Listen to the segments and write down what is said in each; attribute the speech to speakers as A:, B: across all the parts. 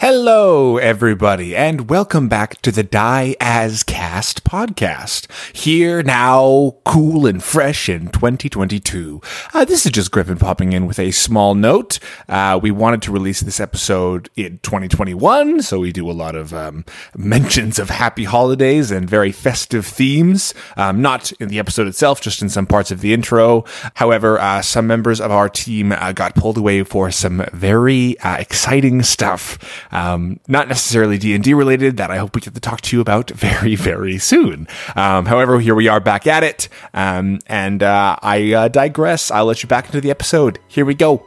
A: Hello, everybody, and welcome back to the Die As Cast podcast. Here now, cool and fresh in 2022. Uh, this is just Griffin popping in with a small note. Uh, we wanted to release this episode in 2021, so we do a lot of um, mentions of happy holidays and very festive themes, um, not in the episode itself, just in some parts of the intro. However, uh, some members of our team uh, got pulled away for some very uh, exciting stuff, um, not necessarily D and D related. That I hope we get to talk to you about very, very soon. Um, however, here we are back at it, um, and uh, I uh, digress. I'll let you back into the episode. Here we go.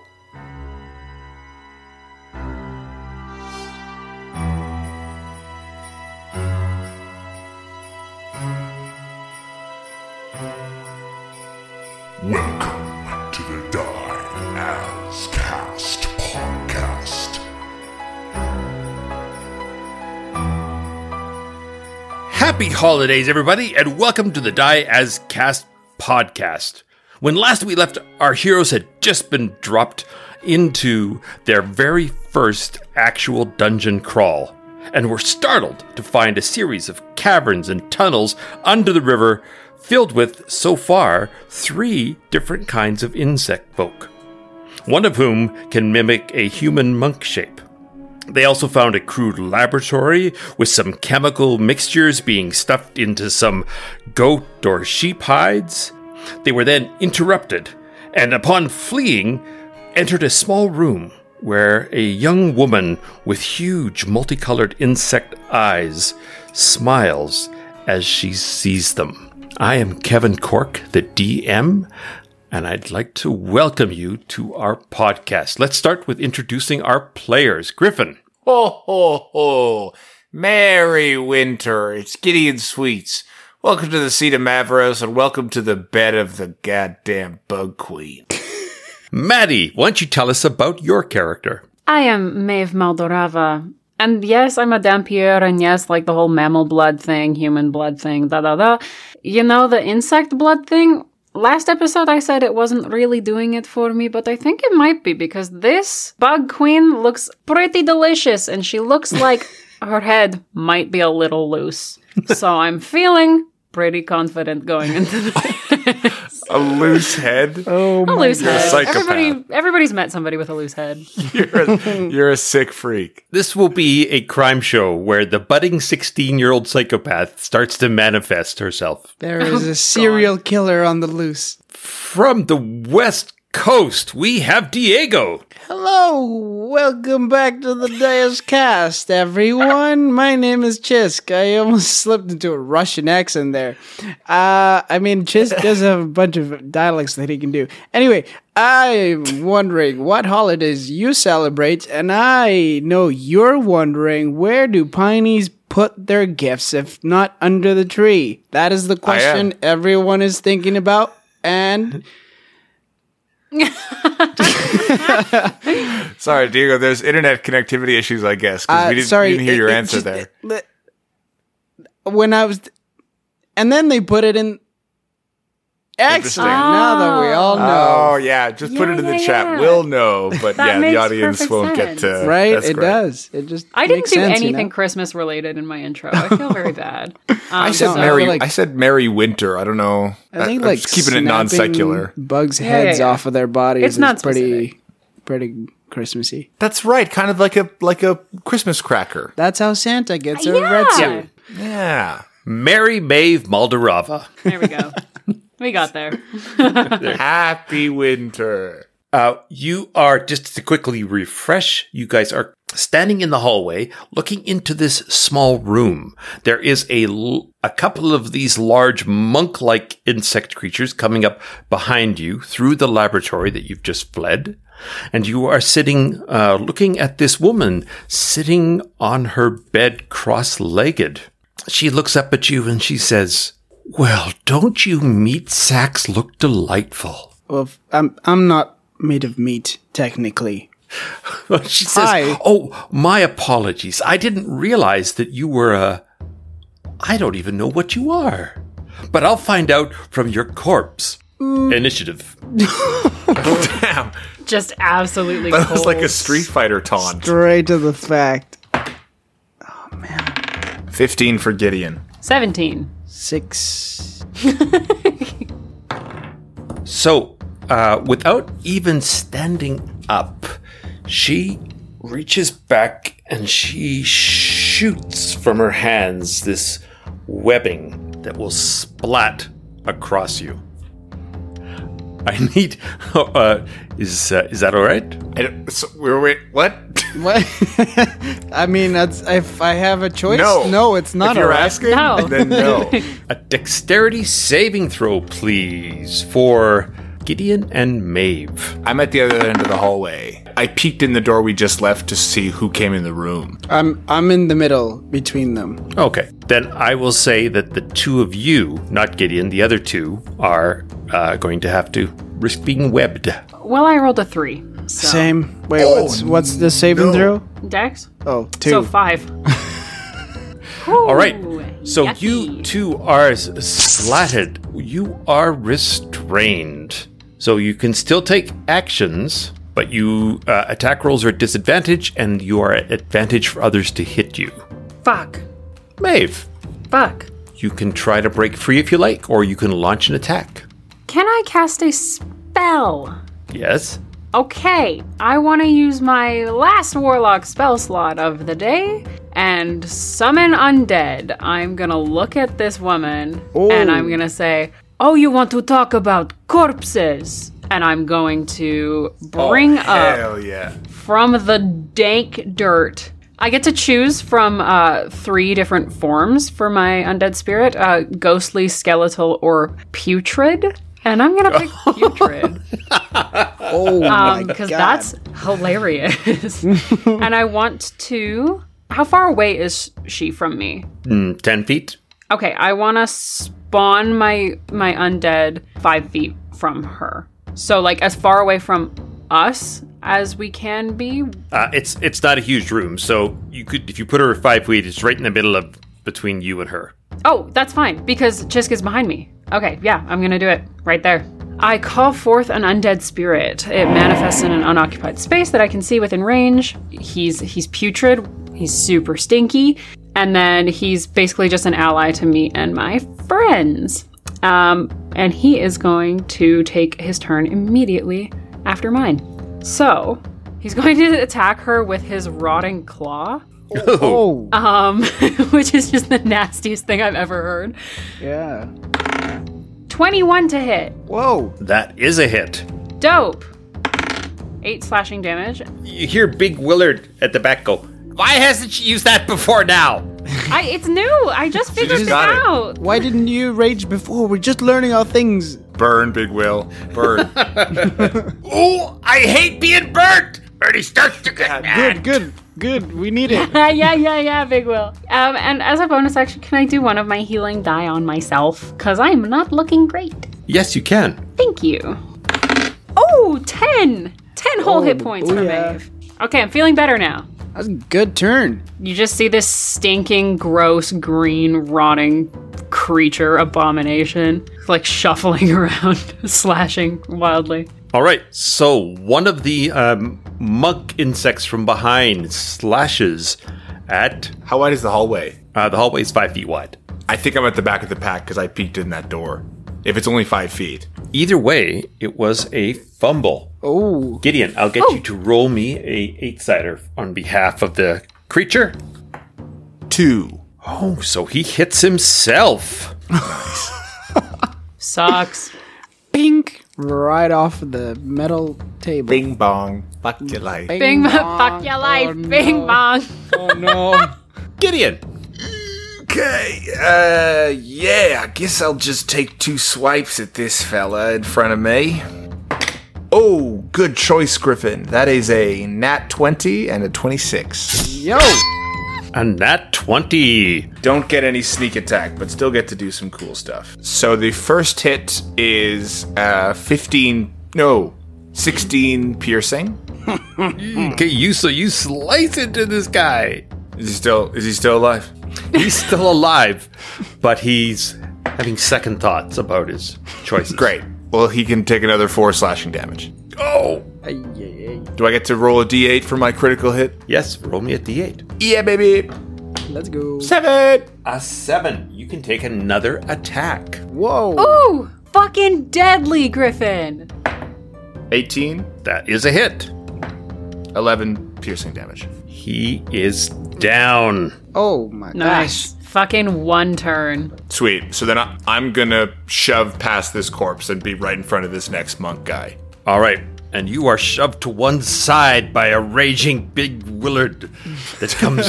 B: Welcome to the Die As Cast podcast.
C: Happy holidays, everybody, and welcome to the Die As Cast podcast. When last we left, our heroes had just been dropped into their very first actual dungeon crawl, and were startled to find a series of caverns and tunnels under the river filled with, so far, three different kinds of insect folk, one of whom can mimic a human monk shape. They also found a crude laboratory with some chemical mixtures being stuffed into some goat or sheep hides. They were then interrupted, and upon fleeing, entered a small room where a young woman with huge multicolored insect eyes smiles as she sees them. I am Kevin Cork, the DM, and I'd like to welcome you to our podcast. Let's start with introducing our players. Griffin.
D: Ho, ho, ho. Merry winter. It's Gideon Sweets. Welcome to the seat of Mavros and welcome to the bed of the goddamn bug queen.
C: Maddie, why don't you tell us about your character?
E: I am Maeve Maldorava. And yes, I'm a Dampier, and yes, like the whole mammal blood thing, human blood thing, da da da. You know, the insect blood thing? Last episode I said it wasn't really doing it for me, but I think it might be because this bug queen looks pretty delicious, and she looks like her head might be a little loose. So I'm feeling pretty confident going into the
D: A loose head?
E: a loose head.
D: psychopath.
E: Everybody, everybody's met somebody with a loose head.
D: You're a, you're a sick freak.
C: This will be a crime show where the budding 16 year old psychopath starts to manifest herself.
F: There is a serial killer on the loose.
C: From the West Coast, we have Diego.
F: Hello, welcome back to the Deus Cast, everyone. My name is Chisk. I almost slipped into a Russian accent there. Uh, I mean, Chisk does have a bunch of dialects that he can do. Anyway, I'm wondering what holidays you celebrate, and I know you're wondering where do pineys put their gifts if not under the tree? That is the question everyone is thinking about, and.
D: Sorry, Diego, there's internet connectivity issues, I guess, because
F: Uh,
D: we didn't,
F: sorry,
D: we didn't hear
F: it-
D: your
F: it
D: answer
F: just-
D: there.
F: it- when I was, and then they put it in.
D: Interesting.
F: Excellent. Now that we all
D: Oh,
F: know,
D: yeah, just put
E: Yeah,
D: it in the
E: yeah,
D: chat.
E: yeah.
D: We'll know, but
E: That
D: yeah, the
E: makes
D: audience
E: perfect
D: won't
E: sense.
D: get to.
F: right?
D: that's
F: It
D: great.
F: does. It just.
E: I didn't
F: makes
E: do
F: sense, you
E: anything
F: know?
E: Christmas related in my intro. I feel very bad. Um,
D: I said
F: don't know. I
D: merry.
F: feel like-
D: I said merry winter. I don't know.
F: I think
D: I'm
F: like
D: just keeping it non secular.
F: snapping Bugs
E: yeah,
F: heads
E: yeah.
F: off of their bodies.
E: It's
F: is
E: not
F: pretty, pretty Christmassy.
D: That's right, kind of like a like a Christmas cracker.
F: That's how Santa gets a
E: Yeah.
F: red suit.
D: Yeah.
C: Mary Maeve Maldarava.
E: There we go. We got there.
D: Happy winter.
C: Uh, you are, just to quickly refresh, you guys are standing in the hallway looking into this small room. There is a, l- a couple of these large monk like insect creatures coming up behind you through the laboratory that you've just fled. And you are sitting, uh, looking at this woman sitting on her bed cross legged. She looks up at you and she says, Well, don't you meat sacks look delightful?
F: Well, f- I'm I'm not made of meat technically.
C: she says,
F: Hi.
C: "Oh, my apologies. I didn't realize that you were a. I don't even know what you are, but I'll find out from your corpse." Initiative.
E: Just absolutely.
D: That was like a
E: cold.
D: Street Fighter taunt.
F: Straight to the fact.
A: 15 for Gideon.
E: 17.
F: Six.
C: So, uh, without even standing up, she reaches back and she shoots from her hands this webbing that will splat across you. I need. Uh, is uh, is that all right?
D: I don't, so, we're, wait, what?
F: What? I mean, that's if I have a choice.
D: No.
F: it's not.
D: if you're
F: all right.
D: asking,
E: No.
D: then no.
C: A dexterity saving throw, please, for Gideon and Maeve.
D: I'm at the other end of the hallway. I peeked in the door we just left to see who came in the room.
F: I'm I'm in the middle between them.
C: Okay. Then I will say that the two of you, not Gideon, the other two, are uh, going to have to risk being webbed.
E: Well, I rolled a 3. So.
F: Same. Wait, what's what's the saving throw?
E: Dex?
F: Oh, two.
E: So 5.
C: All right. So you two are s- slatted. You are restrained. So you can still take actions, but you uh, attack rolls are at disadvantage, and you are at advantage for others to hit you.
E: Fuck.
C: Maeve,
E: Fuck.
C: you can try to break free if you like, or you can launch an attack.
E: Can I cast a spell?
C: Yes.
E: Okay, I want to use my last warlock spell slot of the day and summon undead. I'm going to look at this woman and I'm going to say, "Oh, you want to talk about corpses?" And I'm going to bring up
D: Oh, Hell yeah.
E: from the dank dirt. I get to choose from uh, three different forms for my undead spirit uh, ghostly, skeletal, or putrid. And I'm going to pick putrid
F: Oh my
E: because
F: god.
E: Um, that's hilarious. and I want to. How far away is she from me?
C: Mm, 10 feet.
E: Okay, I want to spawn my my undead five feet from her. So like as far away from us as we can be.
C: Uh, it's it's not a huge room, so you could if you put her five feet, it's right in the middle of between you and her.
E: Oh, that's fine because Chisk is behind me. Okay, yeah, I'm gonna do it right there. I call forth an undead spirit. It manifests in an unoccupied space that I can see within range. He's he's putrid. He's super stinky, and then he's basically just an ally to me and my friends. Um, and he is going to take his turn immediately after mine. So he's going to attack her with his rotting claw
F: oh
E: um, which is just the nastiest thing I've ever heard.
F: yeah.
E: 21 to hit.
F: Whoa.
C: That is a hit.
E: Dope. Eight slashing damage.
C: You hear Big Willard at the back go, "Why hasn't she used that before now?"
E: I, it's new. I just figured
D: just
E: it
D: got it.
E: out.
F: Why didn't you rage before? We're just learning our things.
D: Burn, Big Will. Burn.
C: Oh, I hate being burnt. And he starts to get
F: Good, good, good. We need it.
E: Uh, yeah, yeah, yeah, Big Will. Um, and as a bonus action, can I do one of my healing die on myself? Because I'm not looking great.
C: Yes, you can.
E: Thank you. Oh, 10. 10 whole
D: Oh,
E: hit points for
F: booyah.
E: Maeve. Okay, I'm feeling better now.
F: That's a good turn.
E: You just see this stinking, gross, green, rotting creature abomination, like shuffling around, slashing wildly.
C: All right. So one of the um, monk insects from behind slashes at
D: How wide is the hallway?
C: uh, the hallway is five feet wide.
D: I think I'm at the back of the pack because I peeked in that door. If it's only five feet.
C: Either way, it was a fumble.
F: Oh,
C: Gideon, I'll get you to roll me a eight sider on behalf of the creature.
D: Two.
C: Oh, so he hits himself.
E: Sucks.
F: pink. Right off the metal table.
D: Bing bong. Fuck your life.
E: Bing bong, Oh, fuck your life. Bing bong.
F: Oh no.
C: Gideon,
D: Okay, uh, yeah, I guess I'll just take two swipes at this fella in front of me. Oh, good choice, Griffin. That is a nat 20 and a 26.
F: Yo.
C: a nat 20.
D: Don't get any sneak attack, but still get to do some cool stuff. So the first hit is, uh, 15, no, 16 piercing.
C: Okay, you so you slice into this guy.
D: Is he still, is he still alive?
C: He's still alive, but he's having second thoughts about his choices.
D: Great. Well, he can take another four slashing damage.
C: Oh,
D: Do I get to roll a d8 for my critical hit?
C: yes, roll me a d8.
D: Yeah, baby.
F: Let's go.
A: Seven.
C: A seven. You can take another attack.
F: Whoa.
E: Ooh, fucking deadly, Griffin.
D: 18,
C: That is a hit.
D: 11 piercing damage.
C: He is down.
F: Oh my
E: Nice.
F: gosh.
E: Fucking one turn.
D: Sweet. So then I, I'm gonna shove past this corpse and be right in front of this next monk guy.
C: All right. And you are shoved to one side by a raging big Willard that comes.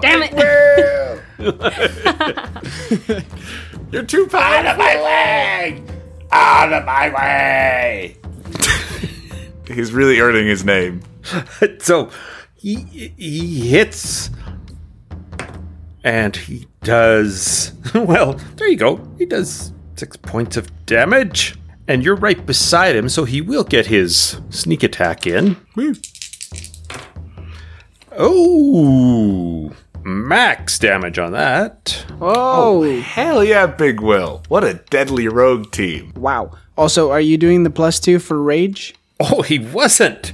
E: Damn it.
D: You're too powerful.
C: my way! Out of my way!
D: He's really earning his name.
C: So he he hits and he does well, there you go. He does six points of damage. And you're right beside him, so he will get his sneak attack in. Oh max damage on that.
F: Oh.
D: Hell yeah, Big Will. What a deadly rogue team.
F: Wow. Also, are you doing the plus two for rage?
C: Oh he wasn't.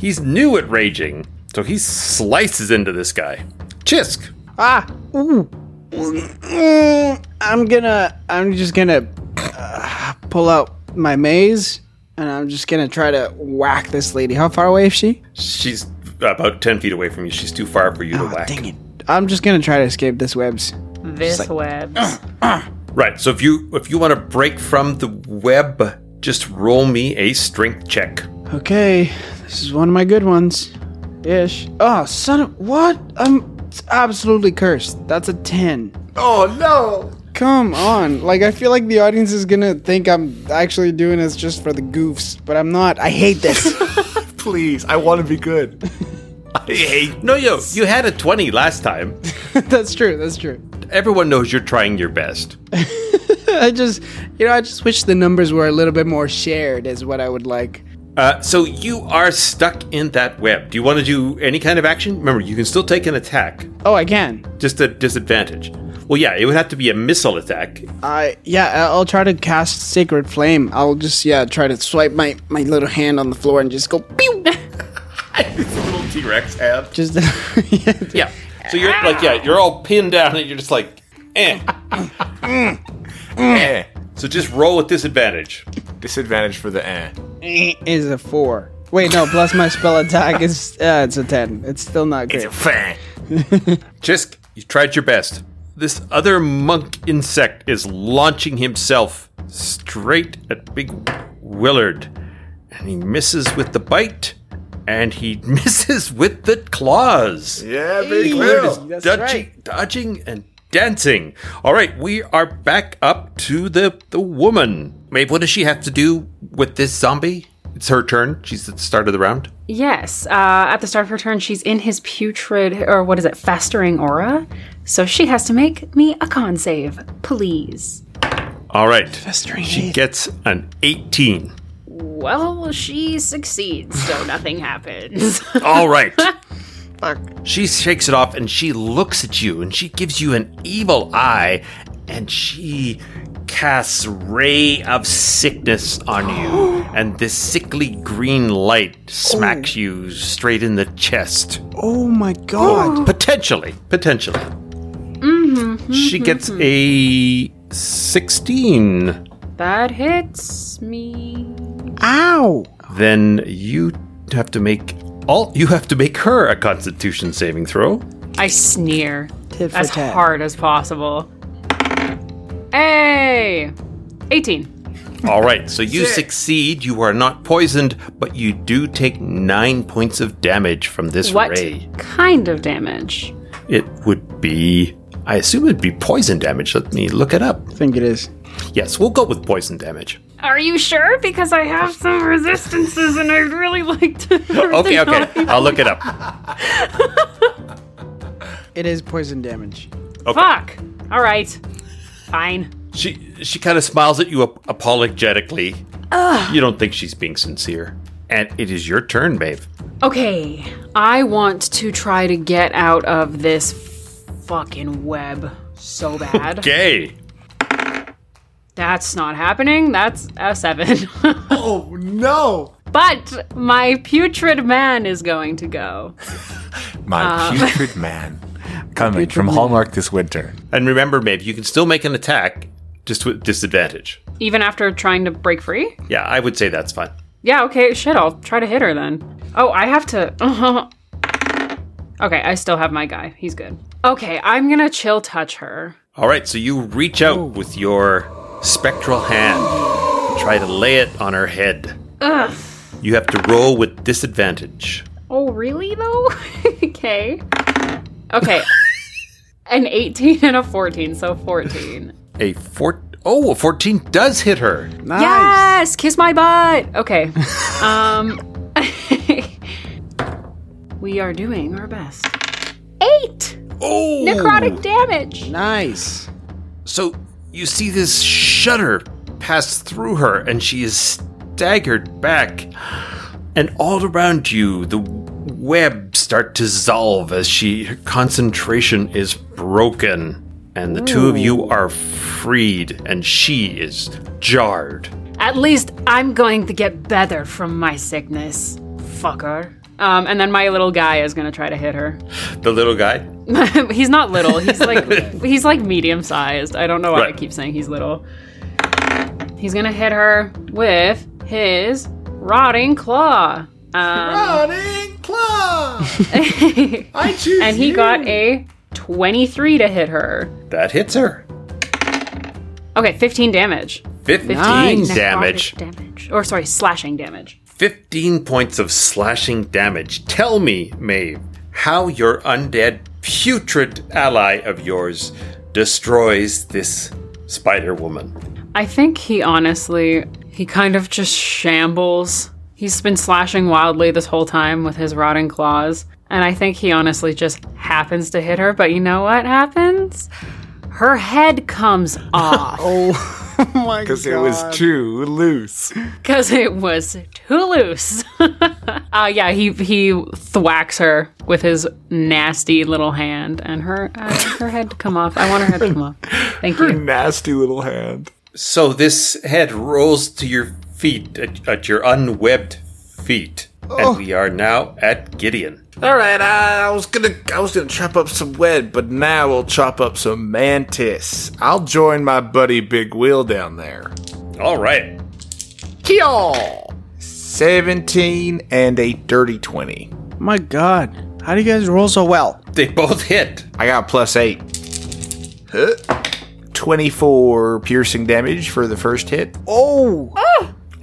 C: He's new at raging. So he slices into this guy. Chisk.
F: Ah. Ooh. Mm, I'm gonna. I'm just gonna uh, pull out my maze, and I'm just gonna try to whack this lady. How far away is she?
C: She's about ten feet away from you. She's too far for you to whack.
F: Ah, Dang it. I'm just gonna try to escape this webs.
E: This webs.
C: Right. So if you if you want to break from the web, just roll me a strength check.
F: Okay, this is one of my good ones. Ish. Oh, son of what? I'm absolutely cursed. That's a ten.
D: Oh no!
F: Come on. Like I feel like the audience is gonna think I'm actually doing this just for the goofs, but I'm not. I hate this.
D: Please, I want to be good. I hate.
C: No, yo, you had a twenty last time.
F: that's true, that's true.
C: Everyone knows you're trying your best.
F: I just you know, I just wish the numbers were a little bit more shared is what I would like.
C: Uh, so you are stuck in that web. Do you want to do any kind of action? Remember, you can still take an attack,
F: Oh I can.
C: just a disadvantage. Well, yeah, it would have to be a missile attack.
F: I yeah, I- I'll try to cast Sacred Flame. I'll just yeah, try to swipe my, my little hand on the floor and just go pew
C: Little T Rex have.
F: just
C: Yeah. So you're like, yeah, you're all pinned down, and you're just like, eh. Mm.
D: Eh.
C: So just roll with disadvantage.
D: Disadvantage for the eh.
F: is a four. Wait, no, plus my spell attack is uh, it's a ten. It's still not great.
D: Fang.
C: Chisk, you tried your best. This other monk insect is launching himself straight at Big Willard. And he misses with the bite, and he misses with the claws.
D: Yeah, Big
C: Willard is
D: Will.
F: that's
C: dodging,
F: right.
C: dodging and dancing. All right, we are back up to the, the woman. Maeve, what does she have to do with this zombie? It's her turn. She's at the start of the round.
E: Yes. Uh, at the start of her turn, she's in his putrid, or what is it, festering aura. So she has to make me a con save, please.
C: All right. She gets an 18.
E: Well, she succeeds, so nothing happens.
C: All right. She shakes it off and she looks at you and she gives you an evil eye and she casts ray of sickness on you and this sickly green light smacks you straight in the chest
F: Oh my god.
C: potentially potentially she gets a 16
E: that hits me.
F: Ow.
C: then you have to make all you have to make her a constitution saving throw
E: I sneer
F: Tit for
E: as
F: tat.
E: hard as possible. Hey! 18.
C: All right, so you succeed. You are not poisoned, but you do take nine points of damage from this
E: What
C: ray.
E: kind of damage?
C: It would be, I assume it'd be poison damage. Let me look it up.
F: I think it is.
C: Yes, we'll go with poison damage.
E: Are you sure? Because I have some resistances and I'd really like to.
C: Okay, okay, I'll look it up.
F: It is poison damage.
E: Fuck! Alright. Fine.
C: She she kind of smiles at you ap- apologetically. You don't think she's being sincere, and it is your turn, Maeve.
E: Okay, I want to try to get out of this fucking web so bad.
C: Gay.
E: That's not happening. That's a seven.
D: Oh no!
E: but my putrid man is going to go.
C: Uh.
A: My putrid man. Coming from Hallmark this winter.
C: And remember, Maeve, you can still make an attack just with disadvantage.
E: Even after trying to break free?
C: Yeah, I would say that's fine.
E: Yeah, okay, shit, I'll try to hit her then. Oh, I have to. okay, I still have my guy. He's good. Okay, I'm gonna chill touch her.
C: All right, so you reach out with your spectral hand, and try to lay it on her head.
E: Ugh.
C: You have to roll with disadvantage.
E: Oh, really though? okay. Okay. An 18 and a 14, so 14.
C: A four oh, a 14 does hit her.
F: Nice.
E: Yes, kiss my butt. Okay. Um We are doing our best. 8
C: Oh!
E: necrotic damage.
F: Nice.
C: So you see this shudder pass through her, and she is staggered back. And all around you, the web start to dissolve as she her concentration is broken, and the two of you are freed, and she is jarred.
E: At least I'm going to get better from my sickness. Fucker. Um, and then my little guy is gonna try to hit her.
C: The little guy.
E: he's not little. He's like he's like medium sized. I don't know why
C: Right.
E: I keep saying he's little. He's gonna hit her with his rotting claw. Um,
D: Running claw. I choose.
E: and he got a 23 to hit her.
C: That hits her.
E: Okay, 15 damage.
C: 15
E: Necrotic
C: damage.
E: damage. Or sorry, slashing damage.
C: 15 points of slashing damage. Tell me, Maeve, how your undead, putrid ally of yours destroys this spider woman.
E: I think he honestly, he kind of just shambles. He's been slashing wildly this whole time with his rotting claws. And I think he honestly just happens to hit her. But you know what happens? Her head comes off
F: Oh my god.
A: Because it was too loose.
E: because it was too loose. uh, yeah, he he thwacks her with his nasty little hand, and her uh, her head to come off. I want her head to come off. Thank you.
A: Nasty little hand.
C: So this head rolls to your feet, at, at your unwebbed feet. And we are now at Gideon.
D: All right, I, I was gonna, I was gonna chop up some web, but now we'll chop up some mantis. I'll join my buddy Big Will down there.
C: All right.
D: Kyo. Seventeen and a dirty twenty.
F: My god. How do you guys roll so well?
C: They both hit.
D: I got a plus eight. Huh. Twenty-four piercing damage for the first hit.
F: Oh.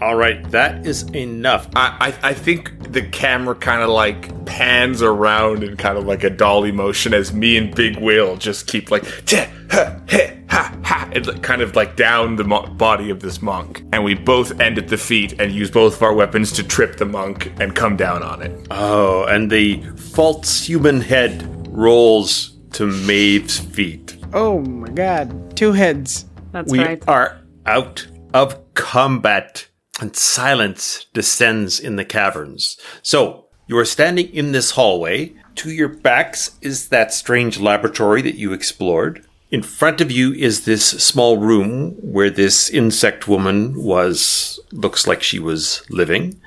C: All right, that is enough.
D: I, I, I think the camera kind of like pans around in kind of like a dolly motion as me and Big Will just keep like "Teh, huh, heh, ha ha and like, kind of like down the mo- body of this monk, and we both end at the feet and use both of our weapons to trip the monk and come down on it.
C: Oh, and the false human head rolls to Maeve's feet.
F: Oh my god. Two heads.
E: That's
C: We
E: right.
C: are out of combat, and silence descends in the caverns. So, you are standing in this hallway. To your backs is that strange laboratory that you explored. In front of you is this small room where this insect woman was, looks like she was living.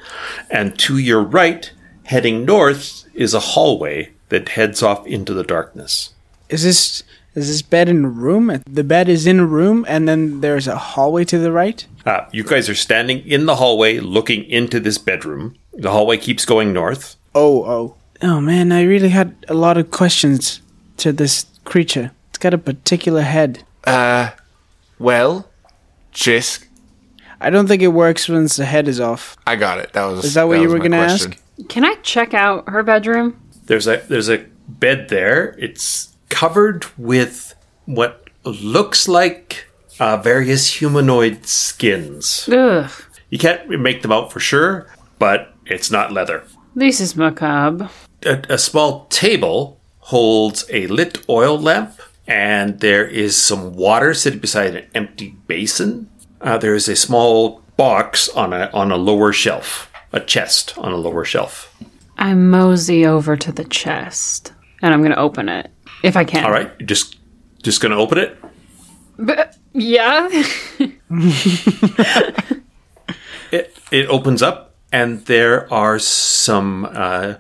C: And to your right, heading north, is a hallway that heads off into the darkness.
F: Is this is this bed in a room? The bed is in a room and then there's a hallway to the right?
C: Uh, you guys are standing in the hallway looking into this bedroom. The hallway keeps going north.
F: Oh oh. Oh man, I really had a lot of questions to this creature. It's got a particular head.
D: Well, Jisk,
F: I don't think it works once the head is off.
D: I got it. That was
F: Is that what you
D: was
F: were
D: my
F: gonna
D: question.
F: ask?
E: Can I check out her bedroom?
C: There's a there's a bed there. It's covered with what looks like uh, various humanoid skins.
E: Ugh,
C: You can't make them out for sure, but it's not leather.
E: this is macabre.
C: a, a small table holds a lit oil lamp, and there is some water sitting beside an empty basin. Uh, there is a small box on a on a lower shelf, a chest on a lower shelf.
E: I mosey over to the chest, and I'm gonna open it if I can.
C: All right, you're just just gonna open it.
E: Yeah.
C: It it opens up, and there are some uh,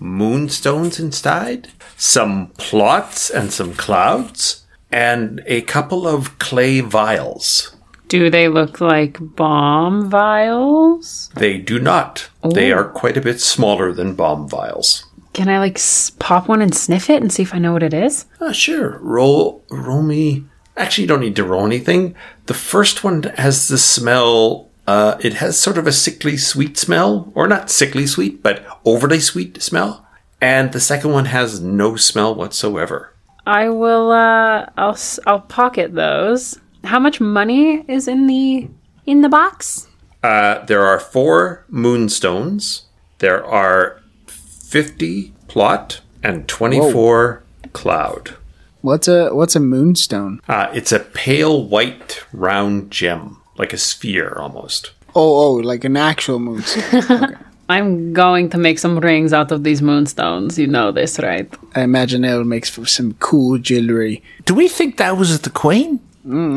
C: moonstones inside, some plots and some clouds, and a couple of clay vials.
E: Do they look like bomb vials?
C: They do not. They are quite a bit smaller than bomb vials.
E: Can I like s- pop one and sniff it and see if I know what it is?
C: Ah, sure. Roll, roll me. Actually, you don't need to roll anything. The first one has the smell. Uh, it has sort of a sickly sweet smell, or not sickly sweet, but overly sweet smell. And the second one has no smell whatsoever.
E: I will. uh I'll. s- I'll pocket those. How much money is in the in the box?
C: Uh, there are four moonstones. There are fifty plot and twenty-four cloud.
F: What's a what's a moonstone?
C: Uh, it's a pale white round gem, like a sphere almost.
F: Oh, oh, like an actual moonstone.
E: I'm going to make some rings out of these moonstones. You know this, right?
F: I imagine that would make for some cool jewelry.
D: Do we think that was the queen?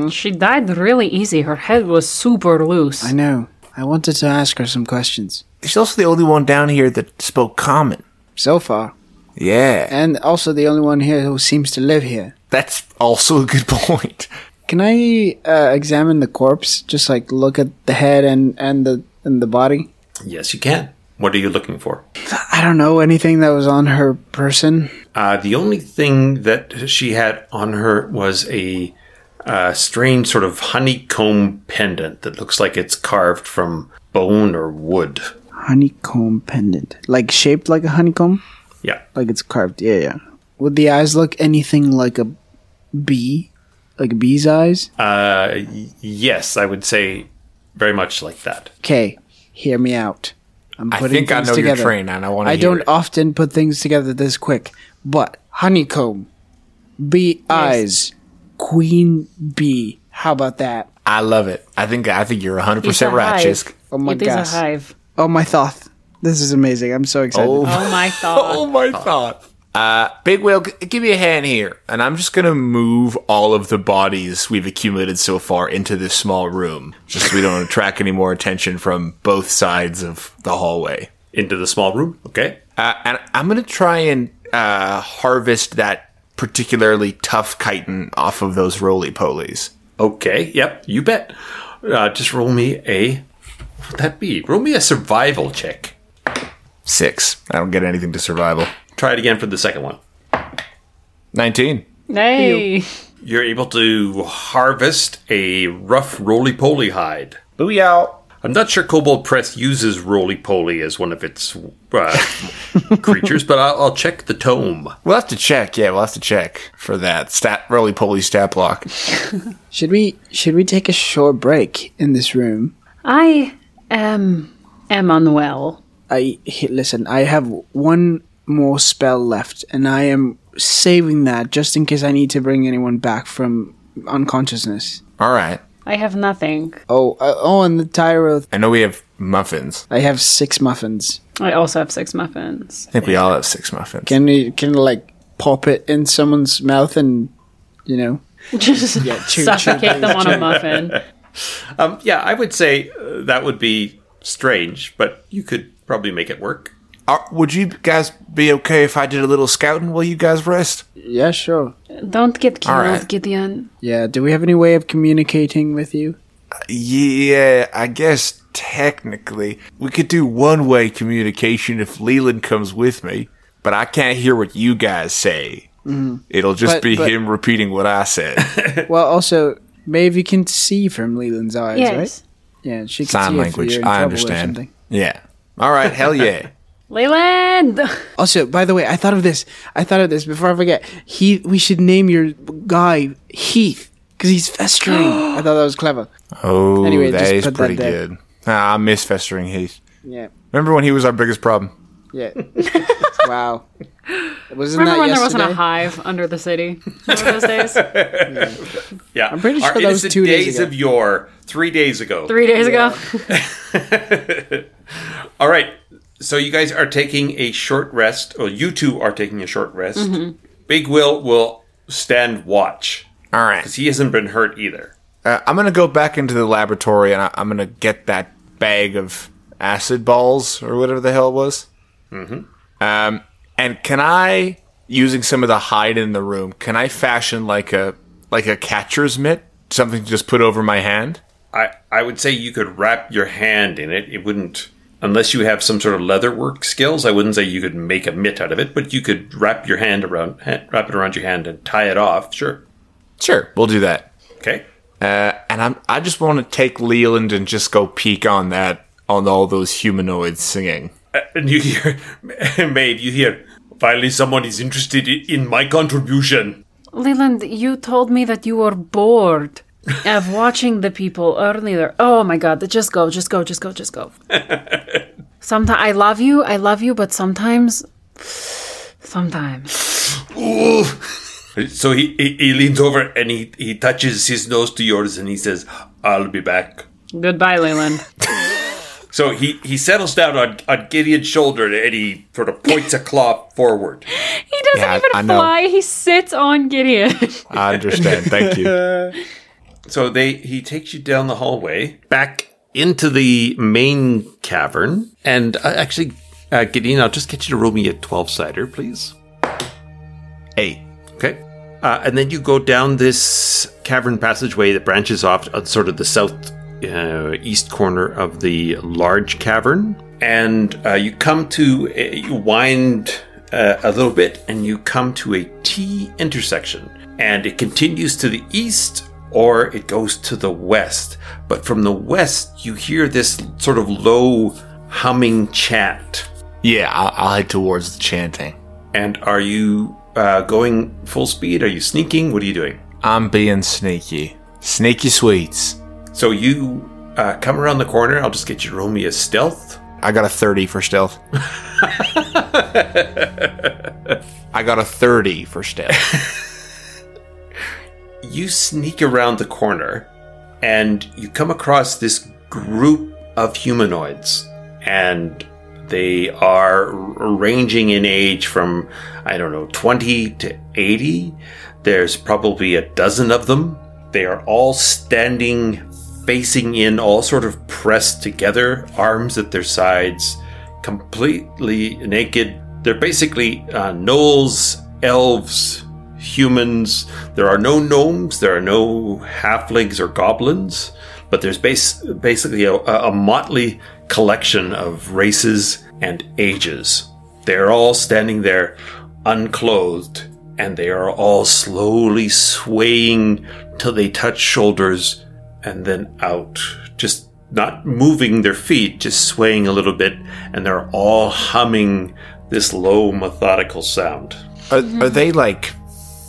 E: She died really easy. Her head was super loose.
F: I know. I wanted to ask her some questions.
D: She's also the only one down here that spoke common.
F: So far,
D: Yeah.
F: and also the only one here who seems to live here.
D: That's also a good point.
F: Can I uh, examine the corpse? Just like look at the head and and the and the body.
C: Yes, you can. What are you looking for?
F: I don't know anything that was on her person.
C: Uh, the only thing that she had on her was a uh, strange sort of honeycomb pendant that looks like it's carved from bone or wood.
F: Honeycomb pendant, like shaped like a honeycomb,
C: Yeah.
F: like it's carved. Yeah, yeah. Would the eyes look anything like a bee, like a bee's eyes?
C: Uh, y- yes, I would say very much like that.
F: Okay, hear me out. I'm
D: I
F: putting
D: think I
F: things
D: know your
F: together.
D: train and I wanna
F: I
D: hear
F: don't
D: it.
F: often put things together this quick, but honeycomb, bee eyes, queen bee. How about that?
D: I love it. I think I think you're 100%
E: It's a
D: right,
E: hive.
D: Chisk.
F: Oh my
E: It is
F: gosh!
E: a hive.
F: Oh my thoth! This is amazing. I'm so excited.
E: Oh my
D: Oh
E: god.
D: my thought. Uh, Big Whale, g- give me a hand here. And I'm just going to move all of the bodies we've accumulated so far into this small room, just so we don't attract any more attention from both sides of the hallway.
C: Into the small room. Okay.
D: Uh, and I'm going to try and uh, harvest that particularly tough chitin off of those roly polies.
C: Okay. Yep. You bet. Uh, just roll me a. What'd that be? Roll me a survival check.
D: Six. I don't get anything to survival.
C: Try it again for the second one.
D: 19.
E: Hey.
C: You're able to harvest a rough roly poly hide.
D: Booyah.
C: I'm not sure Kobold Press uses roly poly as one of its uh, creatures, but I'll, I'll check the tome.
D: We'll have to check. Yeah, we'll have to check for that stat roly poly stat block.
F: Should we should we take a short break in this room?
E: I am am unwell.
F: I he- listen. I have one more spell left, and I am saving that just in case I need to bring anyone back from unconsciousness.
D: All right.
E: I have nothing.
F: Oh, uh, oh, and the Tyro.
D: I know we have muffins.
F: I have six muffins.
E: I also have six muffins.
D: I think we all have six muffins.
F: Can you can you, like pop it in someone's mouth and you know?
E: Just
F: chew-
E: suffocate them on a muffin.
C: Um, yeah, I would say uh, that would be strange, but you could probably make it work.
D: Are, would you guys be okay if I did a little scouting while you guys rest?
F: Yeah, sure.
E: Don't get killed,
D: right.
E: Gideon.
F: Yeah. Do we have any way of communicating with you?
D: Yeah, I guess technically we could do one-way communication if Leland comes with me, but I can't hear what you guys say. It'll just
F: Mm-hmm. But-
D: be
F: but-
D: him repeating what I said.
F: Well, also, maybe you can see from Leland's eyes, right?
E: Yes.
F: Yeah, she can
D: Sign
F: see
D: language.
F: If you're in
D: I
F: trouble or
D: understand.
F: something.
D: Yeah. All right. Hell yeah.
E: Leyland!
F: Also, by the way, I thought of this. I thought of this before I forget. He, we should name your guy Heath because he's festering. I thought that was clever.
D: Oh,
F: Anyway,
D: that
F: just
D: is
F: put that
D: pretty
F: there.
D: good. Ah, I miss festering Heath.
F: Yeah,
D: Remember when he was our biggest problem?
F: yeah. wow. Wasn't
E: Remember
F: that
E: when there
F: yesterday?
E: wasn't a hive under the city? Remember those days?
C: Yeah, I'm
F: pretty sure that was two days
C: days,
F: ago.
C: of yore, three days ago.
E: Three days ago?
C: All right. So you guys are taking a short rest, or you two are taking a short rest.
F: Mm-hmm.
C: Big Will will stand watch
D: All right.
C: because he hasn't been hurt either.
D: Uh, I'm gonna go back into the laboratory and I, I'm gonna get that bag of acid balls or whatever the hell it was. Mm-hmm. Um, And can I, using some of the hide in the room, can I fashion like a like a catcher's mitt, something to just put over my hand?
C: I, I would say you could wrap your hand in it. It wouldn't, unless you have some sort of leather work skills. I wouldn't say you could make a mitt out of it, but you could wrap your hand around, ha- wrap it around your hand and tie it off. Sure.
D: Sure, we'll do that.
C: Okay.
D: Uh, and I'm I just want to take Leland and just go peek on that on all those humanoids singing.
C: And you hear, Maeve, you hear, finally someone is interested i- in my contribution.
E: Leland, you told me that you were bored of watching the people earlier. Oh my god, just go, just go, just go, just go. sometimes I love you, I love you, but sometimes sometimes.
C: Ooh. So he, he, he leans over and he, he touches his nose to yours and he says, I'll be back.
E: Goodbye, Leland.
C: So he, he settles down on, on Gideon's shoulder and he sort of points a claw forward.
E: He doesn't
D: Yeah, I-
E: even
D: I know.
E: fly. He sits on Gideon.
D: I understand. Thank you.
C: So they he takes you down the hallway back into the main cavern. And uh, actually, uh, Gideon, I'll just get you to roll me a 12 cider, please.
D: Eight.
C: Okay. Uh, and then you go down this cavern passageway that branches off at sort of the south uh, east corner of the large cavern. And uh, you come to, a, you wind uh, a little bit and you come to a T intersection. And it continues to the east or it goes to the west. But from the west, you hear this sort of low humming chant.
D: Yeah, I'll, I'll head towards the chanting.
C: And are you uh, going full speed? Are you sneaking? What are you doing?
D: I'm being sneaky. Sneaky sweets.
C: So you uh, come around the corner. I'll just get you to roll me a stealth.
D: I got a 30 for stealth. I got a 30 for stealth.
C: You sneak around the corner, and you come across this group of humanoids, and they are r- ranging in age from I don't know twenty to eighty. There's probably a dozen of them. They are all standing, facing in, all sort of pressed together, arms at their sides. completely naked. They're basically uh, gnolls, elves, humans. There are no gnomes, there are no halflings or goblins, but there's bas- basically a, a motley collection of races and ages. They're all standing there unclothed, and they are all slowly swaying till they touch shoulders and then out, just not moving their feet, just swaying a little bit, and they're all humming this low, methodical sound.
D: Are, are they like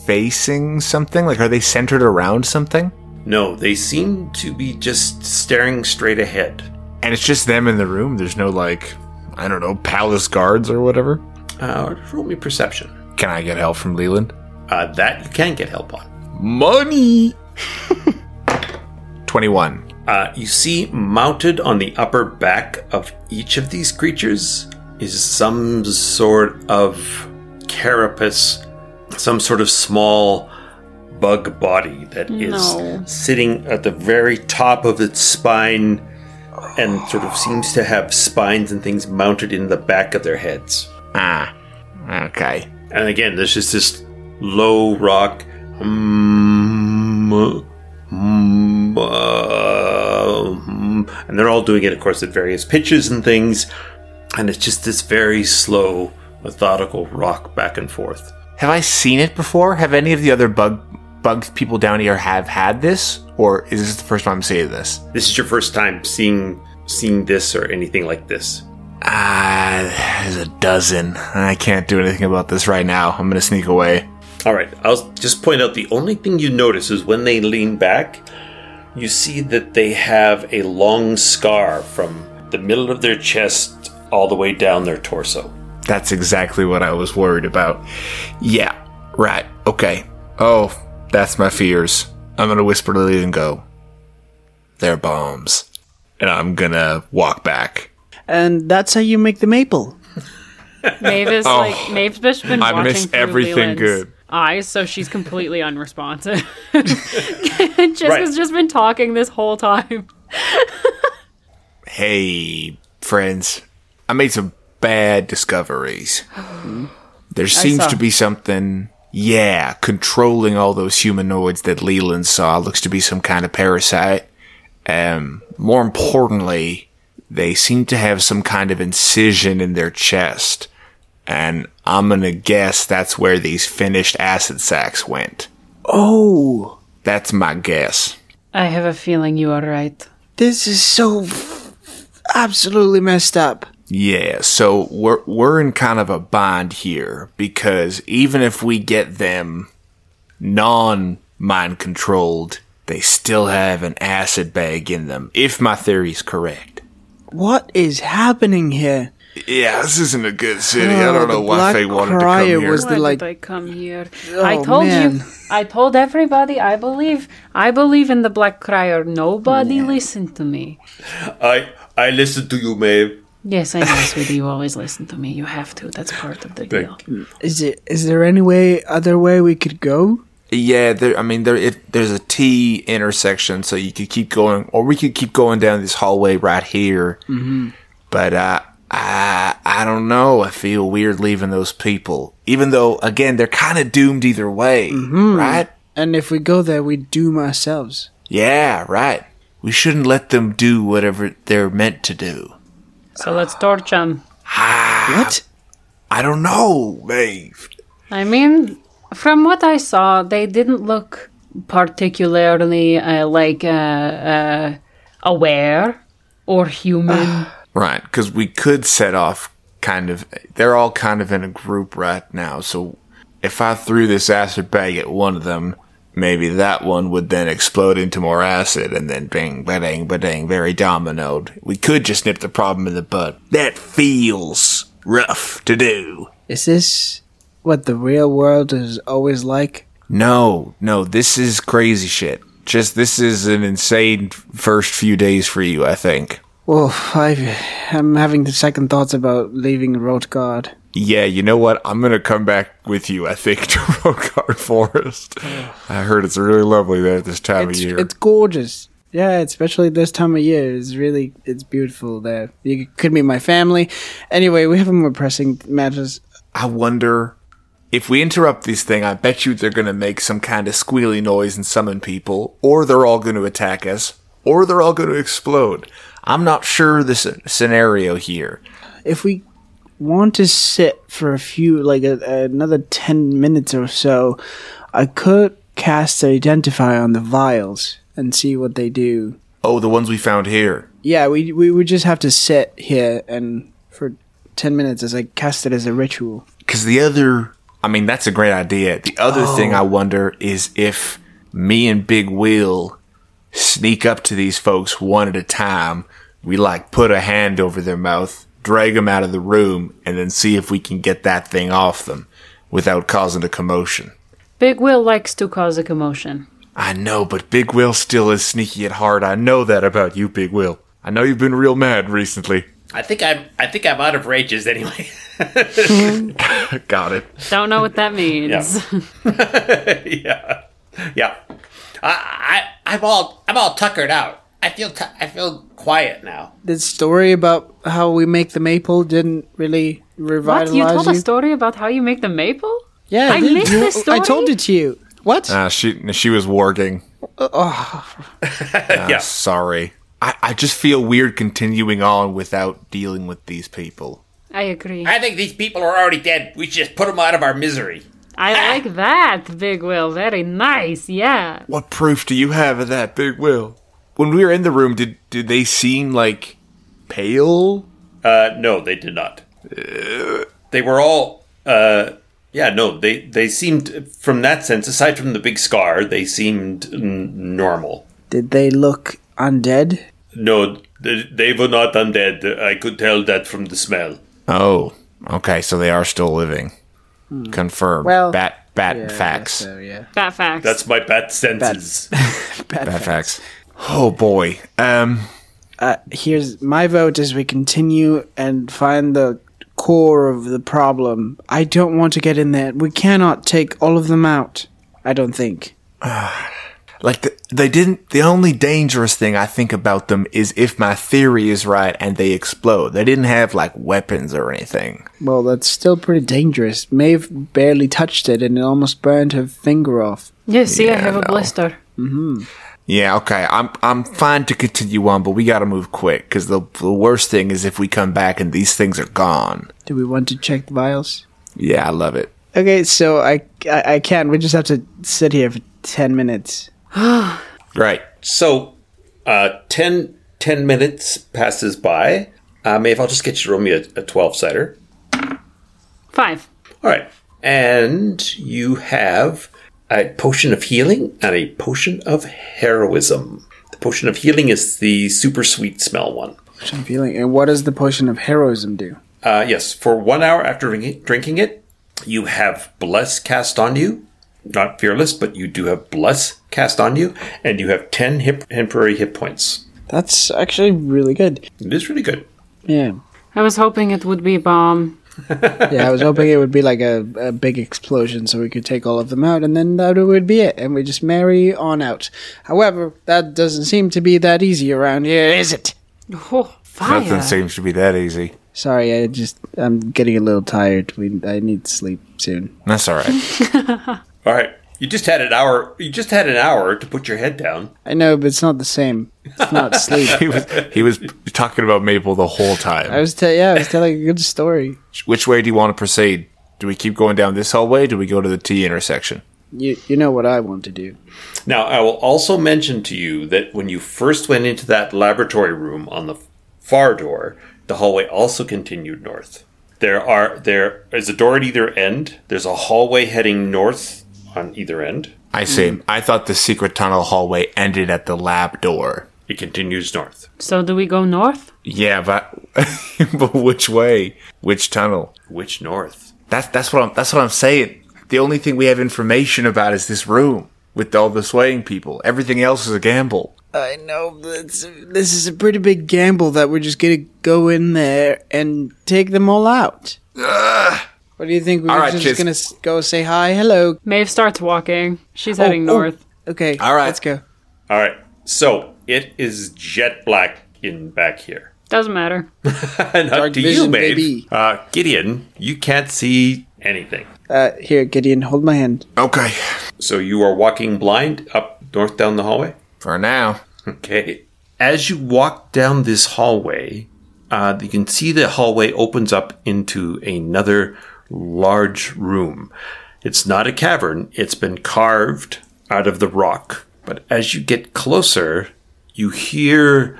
D: facing something? Like, are they centered around something?
C: No, they seem to be just staring straight ahead.
D: And it's just them in the room. There's no like, I don't know, palace guards or whatever.
C: Uh, roll me perception.
D: Can I get help from Leland?
C: Uh, that you can get help on.
D: Money! 21.
C: Uh, you see, mounted on the upper back of each of these creatures is some sort of carapace, some sort of small bug body that is
E: No.
C: sitting at the very top of its spine and sort of seems to have spines and things mounted in the back of their heads.
D: Ah, okay.
C: And again, there's just this low rock. mm, mm, uh, mm, and they're all doing it, of course, at various pitches and things. And it's just this very slow, methodical rock back and forth.
D: Have I seen it before? Have any of the other bug bug people down here have had this, or is this the first time I'm seeing this?
C: This is your first time seeing seeing this or anything like this.
D: Ah, there's a dozen. I can't do anything about this right now. I'm gonna sneak away.
C: All right, I'll just point out the only thing you notice is when they lean back, you see that they have a long scar from the middle of their chest all the way down their torso.
D: That's exactly what I was worried about. Yeah, right. Okay. Oh, that's my fears. I'm gonna whisper to Lee and go. They're bombs, and I'm gonna walk back.
F: And that's how you make the maple.
E: Maeve is like Maeve's just been
D: Oh, I
E: watching
D: miss
E: through
D: everything
E: Leland's
D: good.
E: eyes, so she's completely unresponsive. Jessica's
C: Right.
E: just been talking this whole time.
D: Hey, friends. I made some bad discoveries. There seems
E: saw.
D: to be something, yeah, controlling all those humanoids that Leland saw. Looks to be some kind of parasite. Um, more importantly, they seem to have some kind of incision in their chest. And I'm gonna guess that's where these finished acid sacs went.
F: Oh,
D: That's my guess.
E: I have a feeling you are right.
F: this is so f- absolutely messed up.
D: Yeah, so we're we're in kind of a bind here because even if we get them non mind controlled, they still have an acid bag in them, if my theory's correct.
F: What is happening here?
D: Yeah, this isn't a good city. I
F: Oh,
D: don't know
F: the
D: why
F: Black
D: they wanted to
F: Crier
D: come here.
F: was-
E: Why
F: the, like-
E: did I come here?
F: Oh,
E: I told
F: man.
E: you. I told everybody. I believe. I believe in the Black Crier. Nobody listened to me.
C: I I listen to you, Maeve.
E: Yes, I know, sweetie. You always listen to me. You have to. That's part of the deal.
F: Is it? Is there any way, other way we could go?
D: yeah, there, I mean, there if there's a T intersection, so you could keep going, or we could keep going down this hallway right here. Mm-hmm. But uh, I I don't know. I feel weird leaving those people, even though again they're kind of doomed either way, right?
F: And if we go there, we doom ourselves.
D: Yeah, right. We shouldn't let them do whatever they're meant to do.
E: So let's torch them.
F: What?
D: I don't know, Maeve.
E: I mean, from what I saw, they didn't look particularly uh, like uh, uh, aware or human.
D: Right, because we could set off kind of. They're all kind of in a group right now, so if I threw this acid bag at one of them, maybe that one would then explode into more acid, and then bang, ba dang, ba dang, very dominoed. We could just nip the problem in the bud. That feels rough to do.
F: Is this what the real world is always like?
D: No, no, this is crazy shit. Just this is an insane first few days for you, I think.
F: Well, I, I'm having the second thoughts about leaving Rotgard.
D: Yeah, you know what? I'm gonna come back with you. I think to Rokar Forest. I heard it's really lovely there at this time
F: It's,
D: of year.
F: it's gorgeous. Yeah, especially this time of year. It's really, it's beautiful there. You could meet my family. Anyway, we have more pressing matters.
D: I wonder if we interrupt this thing. I bet you they're gonna make some kind of squealy noise and summon people, or they're all gonna attack us, or they're all gonna explode. I'm not sure the s- scenario here.
F: If we want to sit for a few, like a, another 10 minutes or so, I could cast Identify on the vials and see what they do.
D: Oh, the ones we found here.
F: Yeah, we we would just have to sit here and for ten minutes as I cast it as a ritual.
D: Because the other, I mean, that's a great idea. The other thing I wonder is if me and Big Will sneak up to these folks one at a time. We like put a hand over their mouth, drag them out of the room, and then see if we can get that thing off them without causing a commotion.
E: Big Will likes to cause a commotion.
D: I know, but Big Will still is sneaky at heart. I know that about you, Big Will. I know you've been real mad recently.
G: I think I'm I think I'm out of rages anyway.
D: Got it.
E: Don't know what that means.
G: yeah, yeah. I, I I'm all I'm all tuckered out. I feel tu- I feel quiet now.
F: The story about how we make the maple didn't really
E: What? You
F: revitalize
E: told a story about how you make the maple?
F: Yeah,
E: I
F: did.
E: missed
F: You-
E: this
F: I told
E: story?
F: it to you. What?
D: Ah, she she was warging. Ah, Sorry. I, I just feel weird continuing on without dealing with these people.
E: I agree. I,
G: I think these people are already dead. We should just put them out of our misery.
E: like that, Big Will. Very nice. Yeah.
D: What proof do you have of that, Big Will? When we were in the room, did did they seem like pale?
C: Uh, no, they did not. They were all. Uh, yeah, no, they they seemed from that sense. Aside from the big scar, they seemed n- normal.
F: Did they look undead?
C: No, th- they were not undead. I could tell that from the smell.
D: Oh, okay, so they are still living. Confirmed.
F: Hmm. Well-
D: bat bat
F: I guess
D: facts.
F: So yeah,
E: Fat facts.
C: That's my bat senses.
F: bad,
D: Bat facts. Oh boy. Um
F: Uh, here's my vote: is we continue and find the core of the problem. I don't want to get in there. We cannot take all of them out. I don't think.
D: Like the, they didn't. The only dangerous thing I think about them is if my theory is right and they explode. They didn't have like weapons or anything.
F: Well, that's still pretty dangerous. Maeve barely touched it and it almost burned her finger off.
E: Yeah, see, I
D: Yeah,
E: have a
D: no.
E: blister.
D: Yeah, okay. I'm I'm fine to continue on, but we got to move quick because the the worst thing is if we come back and these things are gone.
F: Do we want to check the vials?
D: Yeah, I love it.
F: Okay, so I, I, I can't. We just have to sit here for 10 minutes.
D: Right.
C: So, uh, 10, 10 minutes passes by. Uh, Maeve, I'll just get you to roll me a, a 12 cider.
E: Five.
C: All right. And you have a potion of healing and a potion of heroism. The potion of healing is the super sweet smell one.
F: Which I'm feeling. And what does the potion of heroism do?
C: Uh, yes, for one hour after drinking- drinking it, you have Bless cast on you. Not fearless, but you do have Bless cast on you, and you have 10 hip- temporary hit points.
F: That's actually really good.
C: It is really good.
F: Yeah.
E: I was hoping it would be bomb.
F: Yeah, I was hoping it would be like a, a big explosion so we could take all of them out and then that would be it. And we just marry on out. However, that doesn't seem to be that easy around here, is it?
E: Oh, fire.
A: Nothing seems to be that easy.
F: Sorry, I just. I'm getting a little tired. We, I need sleep soon.
D: That's all right.
C: All right. You just had an hour. You just had an hour to put your head down.
F: I know, but it's not the same. It's not sleep.
D: he was he was talking about Maple the whole
F: I
D: time.
F: was te- yeah, I was telling a good story.
D: Which way do you want to proceed? Do we keep going down this hallway? Do we go to the T intersection?
F: You you know what I want to do.
C: Now, I will also mention to you that when you first went into that laboratory room on the far door, the hallway also continued north. There are there is a door at either end. There's a hallway heading north on either end.
D: I see. I thought the secret tunnel hallway ended at the lab door.
C: It continues north.
E: So do we go north?
D: Yeah, but but which way? Which tunnel?
C: Which north?
D: That's that's what I'm that's what I'm saying. The only thing we have information about is this room with all the swaying people. Everything else is a gamble.
F: I know this this is a pretty big gamble that we're just gonna go in there and take them all out. What do you think? We're
D: All right,
F: just
D: Chiz.
F: gonna s- go say hi, hello.
E: Maeve starts walking. She's
F: Oh,
E: heading
F: oh,
E: north.
F: Okay.
D: All right.
F: Let's go.
C: All right. So it is jet black in back here.
E: Doesn't matter.
C: And up to you,
F: vision,
C: Maeve.
F: baby.
C: Uh, Gideon, you can't see anything.
F: Uh, here, Gideon, hold my hand.
D: Okay.
C: So you are walking blind up north down the hallway?
D: For now.
C: Okay. As you walk down this hallway, uh, you can see the hallway opens up into another large room. It's not a cavern, it's been carved out of the rock. But as you get closer, you hear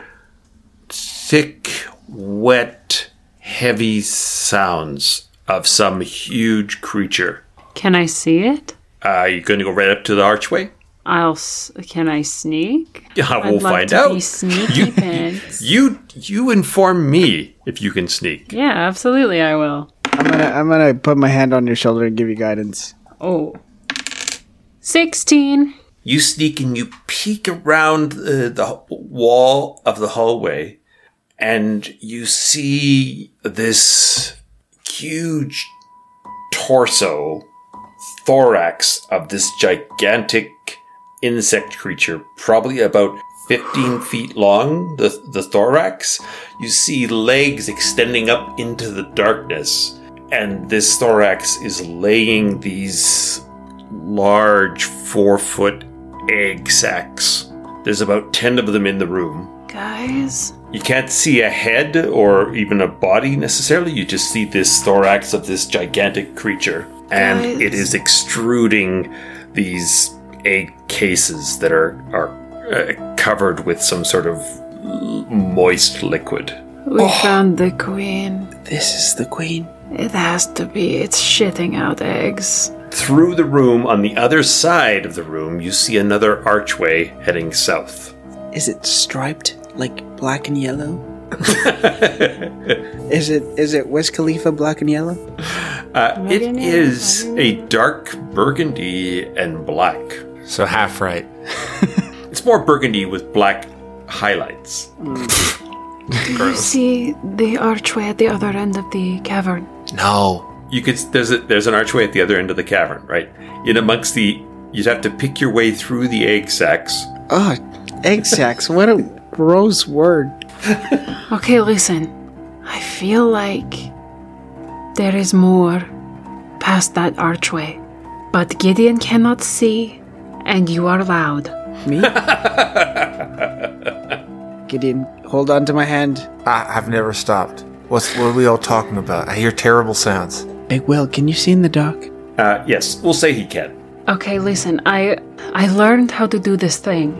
C: thick, wet, heavy sounds of some huge creature.
E: Can I see it?
C: Uh, are you going to go right up to the archway?
E: I'll. S- can I sneak?
C: Yeah,
E: I'd
C: we'll
E: love
C: find
E: to
C: out.
E: Be sneaky
C: You-
E: pants.
C: You you inform me if you can sneak.
E: Yeah, absolutely, I will.
F: I'm gonna I'm gonna put my hand on your shoulder and give you guidance.
E: Oh. 16.
C: You sneak and you peek around the, the wall of the hallway, and you see this huge torso, thorax of this gigantic insect creature, probably about 15 feet long, the, the thorax. You see legs extending up into the darkness, and this thorax is laying these large four foot egg sacs. There's about 10 of them in the room.
E: Guys.
C: You can't see a head or even a body necessarily, you just see this thorax of this gigantic creature. And
E: Guys.
C: it is extruding these egg cases that are, are uh, covered with some sort of moist liquid.
E: We found the queen.
F: This is the queen.
E: It has to be. It's shitting out eggs.
C: Through the room, on the other side of the room, you see another archway heading south.
F: Is it striped like black and yellow? is it is it Wiz Khalifa black and yellow?
C: Uh, it
E: Megan
C: is a dark burgundy and black.
D: So half right.
C: It's more burgundy with black highlights.
E: You see the archway at the other end of the cavern.
D: No.
C: You could there's a, there's an archway at the other end of the cavern, right? In amongst the You'd have to pick your way through the egg sacs.
F: Oh, egg sacs. What a gross word.
E: Okay, listen. I feel like there is more past that archway. But Gideon cannot see, and you are loud.
F: Me? Gideon, hold on to my hand.
D: I, I've never stopped. What's, what are we all talking about? I hear terrible sounds.
F: Big Will, can you see in the dark?
C: Uh, yes, we'll say he can.
E: Okay, listen. I I learned how to do this thing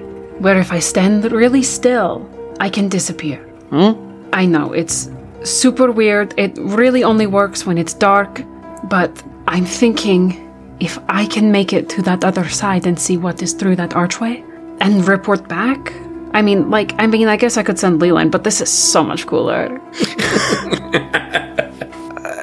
E: where if I stand really still, I can disappear. Hmm? I know it's super weird. It really only works when it's dark, but I'm thinking if I can make it to that other side and see what is through that archway and report back. I mean, like, I mean, I guess I could send Leland, but this is so much cooler.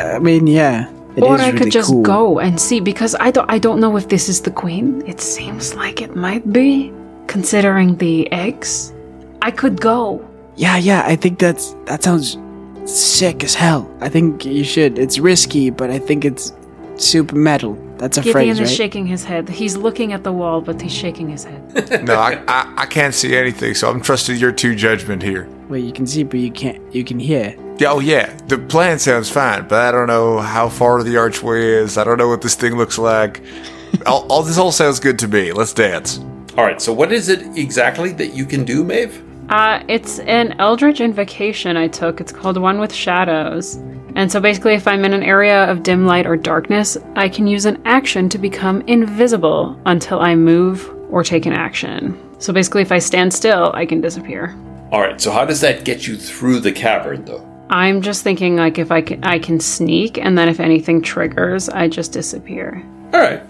F: I mean, yeah. it is
E: or I
F: really
E: could just
F: cool.
E: go and see because I don't I don't know if this is the queen. It seems like it might be considering the eggs. I could go.
F: Yeah, yeah, I think that's that sounds sick as hell. I think you should. It's risky, but I think it's super metal. That's a
E: Gideon
F: phrase,
E: is
F: right?
E: shaking his head. He's looking at the wall, but he's shaking his head.
A: No, I, I, I can't see anything, so I'm trusting your two judgment here.
F: Well, you can see, but you can't. You can hear.
A: Yeah, Oh, yeah, the plan sounds fine, but I don't know how far the archway is. I don't know what this thing looks like. all, all this all sounds good to me. Let's dance.
C: All right, so what is it exactly that you can do, Maeve?
E: uh, it's an Eldritch invocation I took. It's called One with Shadows. And so basically, if I'm in an area of dim light or darkness, I can use an action to become invisible until I move or take an action. So basically, if I stand still, I can disappear.
C: All right, so how does that get you through the cavern, though?
E: I'm just thinking like if I can I can sneak and then if anything triggers I just disappear.
C: All right.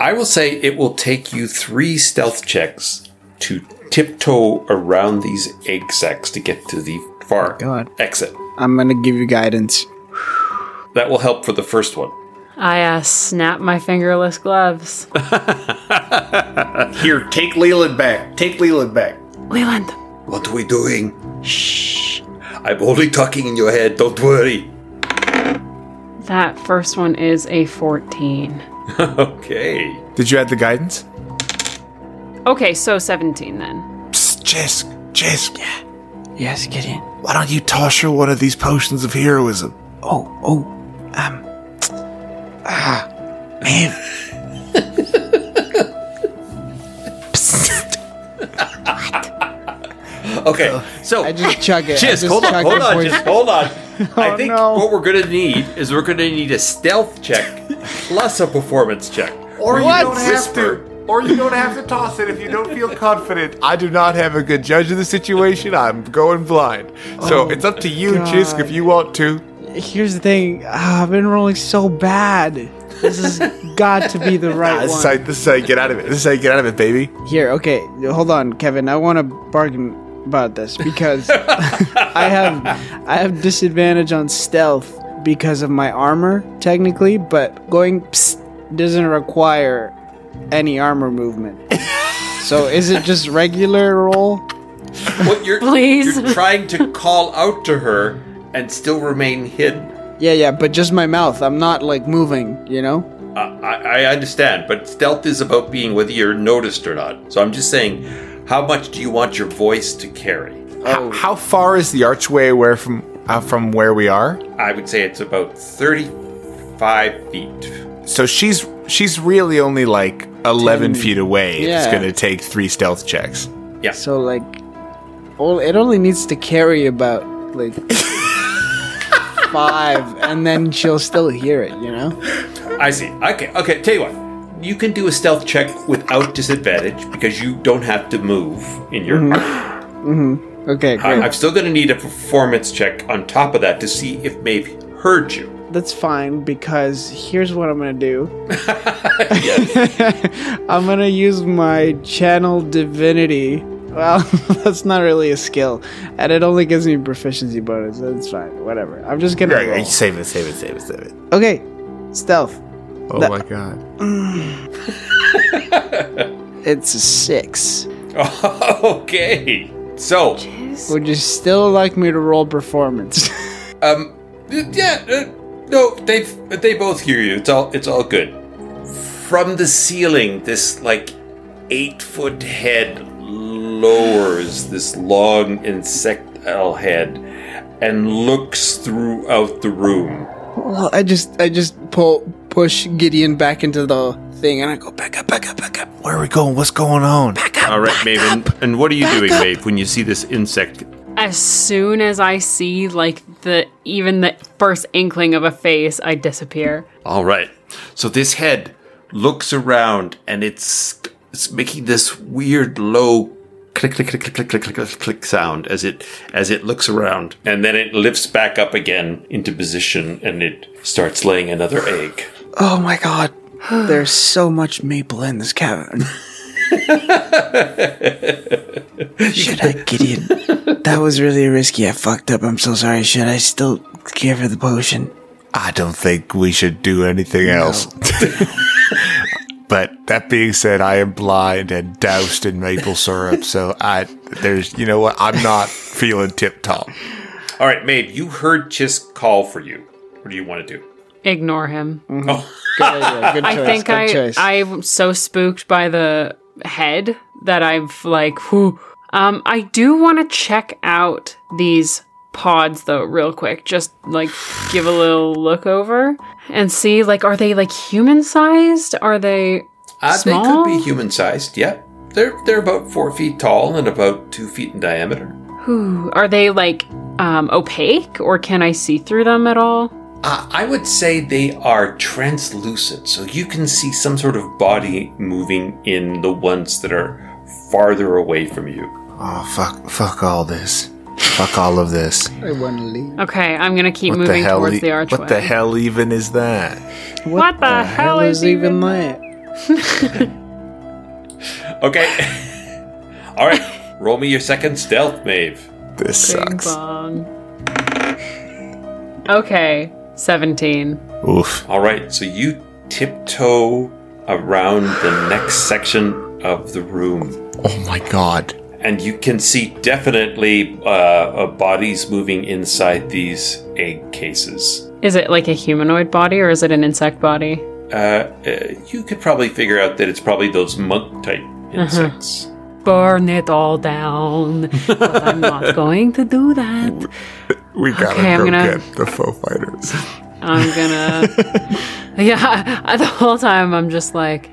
C: I will say it will take you three stealth checks to tiptoe around these egg sacs to get to the far
F: Oh God.
C: exit.
F: I'm gonna give you guidance.
C: That will help for the first one.
E: I uh, snap my fingerless gloves.
H: Here, take Leland back. Take Leland back.
E: Leland,
C: What are we doing? Shh. I'm only talking in your head. Don't worry.
E: that first one is a 14.
C: okay.
A: Did you add the guidance?
E: Okay, so 17 then.
A: Psst, Jisk, Jisk,
F: Yes, Gideon.
A: why don't you toss her one of these potions of heroism?
F: Oh, oh, um, ah, man.
C: Okay. So,
F: I just chug it. I
C: Jizz,
F: just
C: hold on,
F: chug
C: hold
F: it
C: on,
F: for you.
C: just hold on. I think
F: Oh, no.
C: what we're going to need is we're going to need a stealth check plus a performance check.
A: Or
F: What? don't have
A: to. Or you don't have to toss it if you don't feel confident. I do not have a good judge of the situation. I'm going blind. So it's up to you, Jisk, if you want to.
F: Here's the thing. ah, I've been rolling so bad. This has got to be the right
A: This
F: one.
A: is, how, this is how you get out of it. This is how you get out of it, baby.
F: Here, okay, hold on, Kevin. I want to bargain about this because I have I have disadvantage on stealth because of my armor technically, but going psst doesn't require any armor movement. so is it just regular roll?
C: What you're,
E: Please.
C: you're trying to call out to her and still remain hidden.
F: Yeah, yeah, but just my mouth. I'm not like moving, you know?
C: I, I I understand, but stealth is about being whether you're noticed or not. So I'm just saying, how much do you want your voice to carry?
A: How, how far is the archway where from uh, from where we are?
C: I would say it's about 35 feet.
A: So she's she's really only like eleven feet away. It's
F: Yeah.
A: going to take three stealth checks.
F: So like all it only needs to carry about like 5 and then she'll still hear it, you know?
C: I see. Okay, okay, tell you what. You can do a stealth check without disadvantage because you don't have to move in your.
F: Okay,
C: I,
F: great.
C: I'm still going to need a performance check on top of that to see if Maeve heard you.
F: That's fine because here's what I'm gonna do. I'm gonna use my channel divinity. Well, that's not really a skill, and it only gives me proficiency bonus. That's fine. Whatever. I'm just gonna. roll.
A: Save it, save it, save it, save it.
F: Okay, stealth.
A: Oh
F: That-
A: my god.
F: It's a six.
C: okay. So,
F: Would you still like me to roll performance?
C: um, yeah, uh, no, they they both hear you. It's all it's all good. from the ceiling, this like eight foot head lowers this long insectile head and looks throughout the room.
F: Well, Oh, I just I just pull push Gideon back into the thing, and I go back up, back up, back up.
A: Where are we going? What's going on?
C: All right, Maven. And what are you doing, Maeve, when you see this insect?
E: As soon as I see like the even the first inkling of a face, I disappear.
C: All right. So this head looks around and it's it's making this weird low click click click click click click click click, click sound as it as it looks around and then it lifts back up again into position and it starts laying another egg.
F: Oh my god, there's so much maple in this cavern. Should I, Gideon? That was really risky. I fucked up. I'm so sorry. Should I still give her the potion?
A: I don't think we should do anything else. but that being said, I am blind and doused in maple syrup, so I there's you know what I'm not feeling tip top.
C: All right, Maeve, you heard Chisk call for you. What do you want to do?
E: Ignore him.
F: Good idea. Good
E: I
F: choice,
E: think
F: good
E: I
F: choice.
E: I'm so spooked by the head that I've like whew. Um I do want to check out these pods though real quick. Just like give a little look over and see like are they like human sized? Are they
C: Uh, they could
E: Small?
C: be human sized. Yeah, they're they're about four feet tall and about two feet in diameter.
E: whew, are they like um opaque or can I see through them at all?
C: Uh, I would say they are translucent, so you can see some sort of body moving in the ones that are farther away from you.
A: Oh fuck! Fuck all this! Fuck all of this!
F: I want to leave.
E: Okay, I'm going to keep
A: What the
E: moving
A: hell?
E: towards
A: e-
E: the archway.
A: what the hell even is that?
F: What,
E: the hell is even
F: that?
C: Okay. All right. Roll me your second stealth, Maeve.
A: This
E: Bing
A: sucks.
E: bong. Okay, 17.
A: Oof.
C: All right. So you tiptoe around the next section of the room.
A: Oh my god.
C: and you can see definitely uh, uh, bodies moving inside these egg cases.
E: Is it like a humanoid body or is it an insect body?
C: Uh, uh, you could probably figure out that it's probably those monk type insects.
E: Burn it all down. but I'm not going to do that.
A: We gotta
E: Okay, I'm
A: go
E: gonna-
A: get the Foo Fighters.
E: I'm gonna. yeah, I, the whole time I'm just like,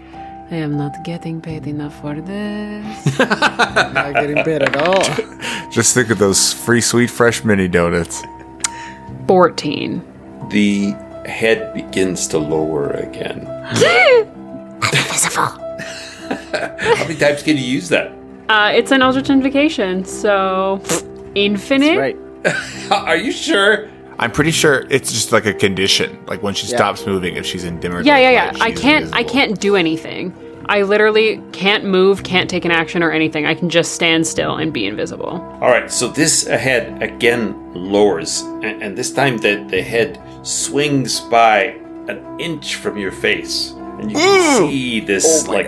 E: I am not getting paid enough for this.
F: Not getting bit at all.
A: Just think of those free sweet fresh mini donuts.
E: 14.
C: The head begins to lower again. How many times can you use that?
E: Uh, it's an Eldritch Invocation, so. Infinite?
F: Right.
C: Are you sure?
A: I'm pretty sure it's just like a condition. Like when she stops moving, if she's in dimmer.
E: Yeah, yeah,
A: light,
E: yeah. I
A: she's
E: can't I
A: invisible.
E: can't do anything. I literally can't move, can't take an action or anything. I can just stand still and be invisible.
C: All right, so this head again lowers, and, and this time the, the head swings by an inch from your face, and you can see this like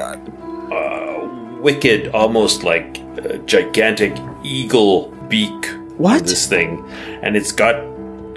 C: uh, wicked, almost like uh, gigantic eagle beak. on
F: What?
C: this thing, and it's got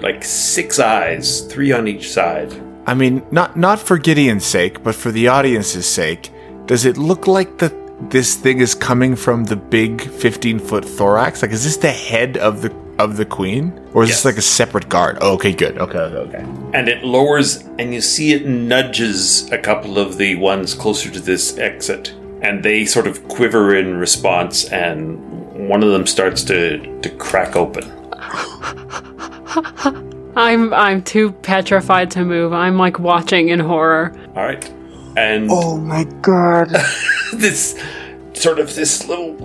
C: like six eyes, three on each side.
A: I mean, not not for Gideon's sake, but for the audience's sake. Does it look like the this thing is coming from the big 15 foot thorax? Like, is this the head of the of the queen, or is
C: Yes.
A: this like a separate guard? Oh, okay, good. Okay, okay, okay.
C: and it lowers and you see it nudges a couple of the ones closer to this exit and they sort of quiver in response and one of them starts to to crack open
E: I'm I'm too petrified to move. I'm like watching in horror.
C: all right and
F: Oh my god.
C: this sort of this little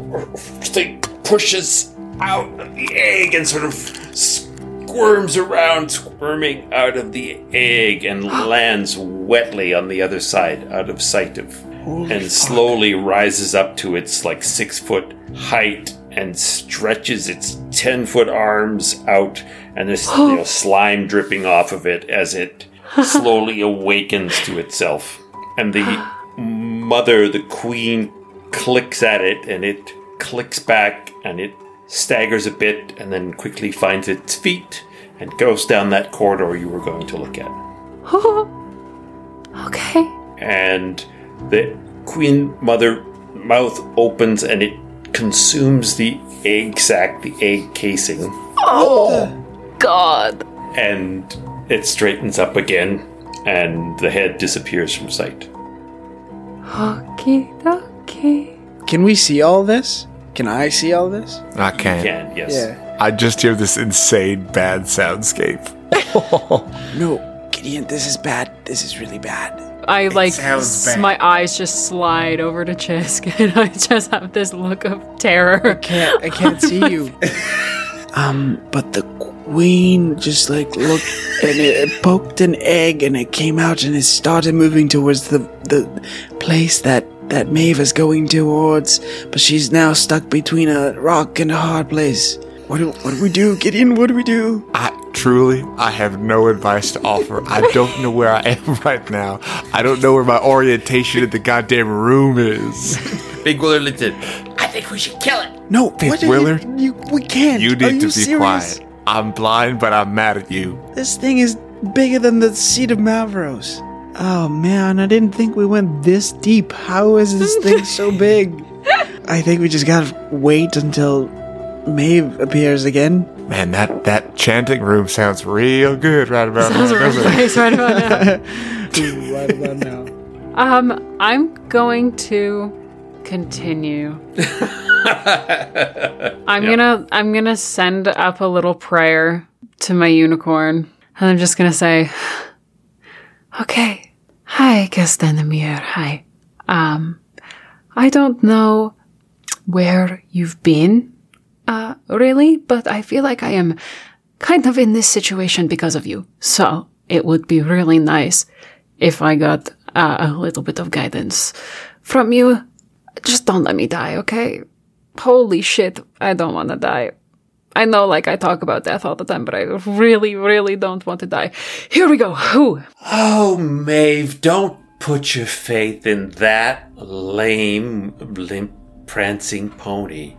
C: thing pushes out of the egg and sort of squirms around squirming out of the egg and lands wetly on the other side out of sight of and slowly rises up to its like six foot height and stretches its ten foot arms out and there's you know, slime dripping off of it as it slowly awakens to itself and the mother, the queen, clicks at it and it clicks back and it staggers a bit and then quickly finds its feet and goes down that corridor you were going to look at.
E: okay.
C: And The queen mother mouth opens and it consumes the egg sac, the egg casing,
E: God.
C: and it straightens up again, and the head disappears from sight.
E: Okay, okay.
F: Can we see all this? Can I see all this?
A: I can't.
C: Can yes.
A: I just hear this insane bad soundscape.
F: No, Gideon, this is bad. This is really bad.
E: I like s- my eyes just slide over to Chisk, and I just have this look of terror.
F: Can't I can't see you. um, but the queen just like looked and it, it poked an egg and it came out and it started moving towards the the place that that Maeve is going towards, but she's now stuck between a rock and a hard place. What do, what do we do, Gideon? What do we do?
A: I truly, I have no advice to offer. I don't know where I am right now. I don't know where my orientation in the goddamn room is.
C: Big Willer lifted.
G: I think we should kill it.
F: No,
A: Fifth
F: what do
A: Willard,
F: You, you, we can't.
A: You
F: Are
A: need to be
F: serious?
A: quiet. I'm blind, but I'm mad at you.
F: This thing is bigger than the seat of Malvros. Oh man, I didn't think we went this deep. How is this thing so big? I think we just gotta wait until Maeve appears again.
A: Man, that that chanting room sounds real good right about
E: That was
A: now,
E: a red
A: doesn't it?
E: place right about now.
F: Right about now.
E: Um, I'm going to continue. I'm gonna I'm gonna send up a little prayer to my unicorn, and I'm just gonna say, "Okay, hi, Castanemir, hi. Um, I don't know where you've been, uh, really, but I feel like I am kind of in this situation because of you. So it would be really nice if I got uh, a little bit of guidance from you. Just don't let me die, okay? Holy shit, I don't want to die. I know, like, I talk about death all the time, but I really, really don't want to die. Here we go. Who?
C: Oh, Maeve, don't put your faith in that lame, limp, prancing pony.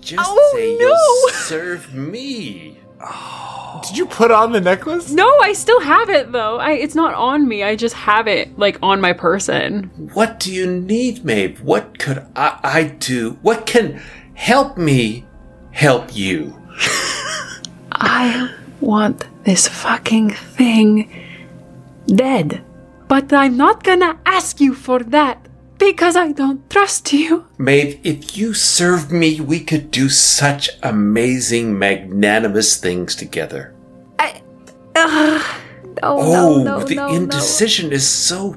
C: Just
E: Oh,
C: say
E: no.
C: you'll serve me.
A: Did you put on the necklace?
E: No, I still have it though. I, it's not on me. I just have it like on my person.
C: What do you need, Maeve? What could I, I do? What can help me help you?
E: I want this fucking thing dead. But I'm not gonna ask you for that because I don't trust you.
C: Maeve, if you serve me, we could do such amazing, magnanimous things together.
E: Oh,
C: Oh,
E: no, no,
C: the
E: no,
C: indecision is so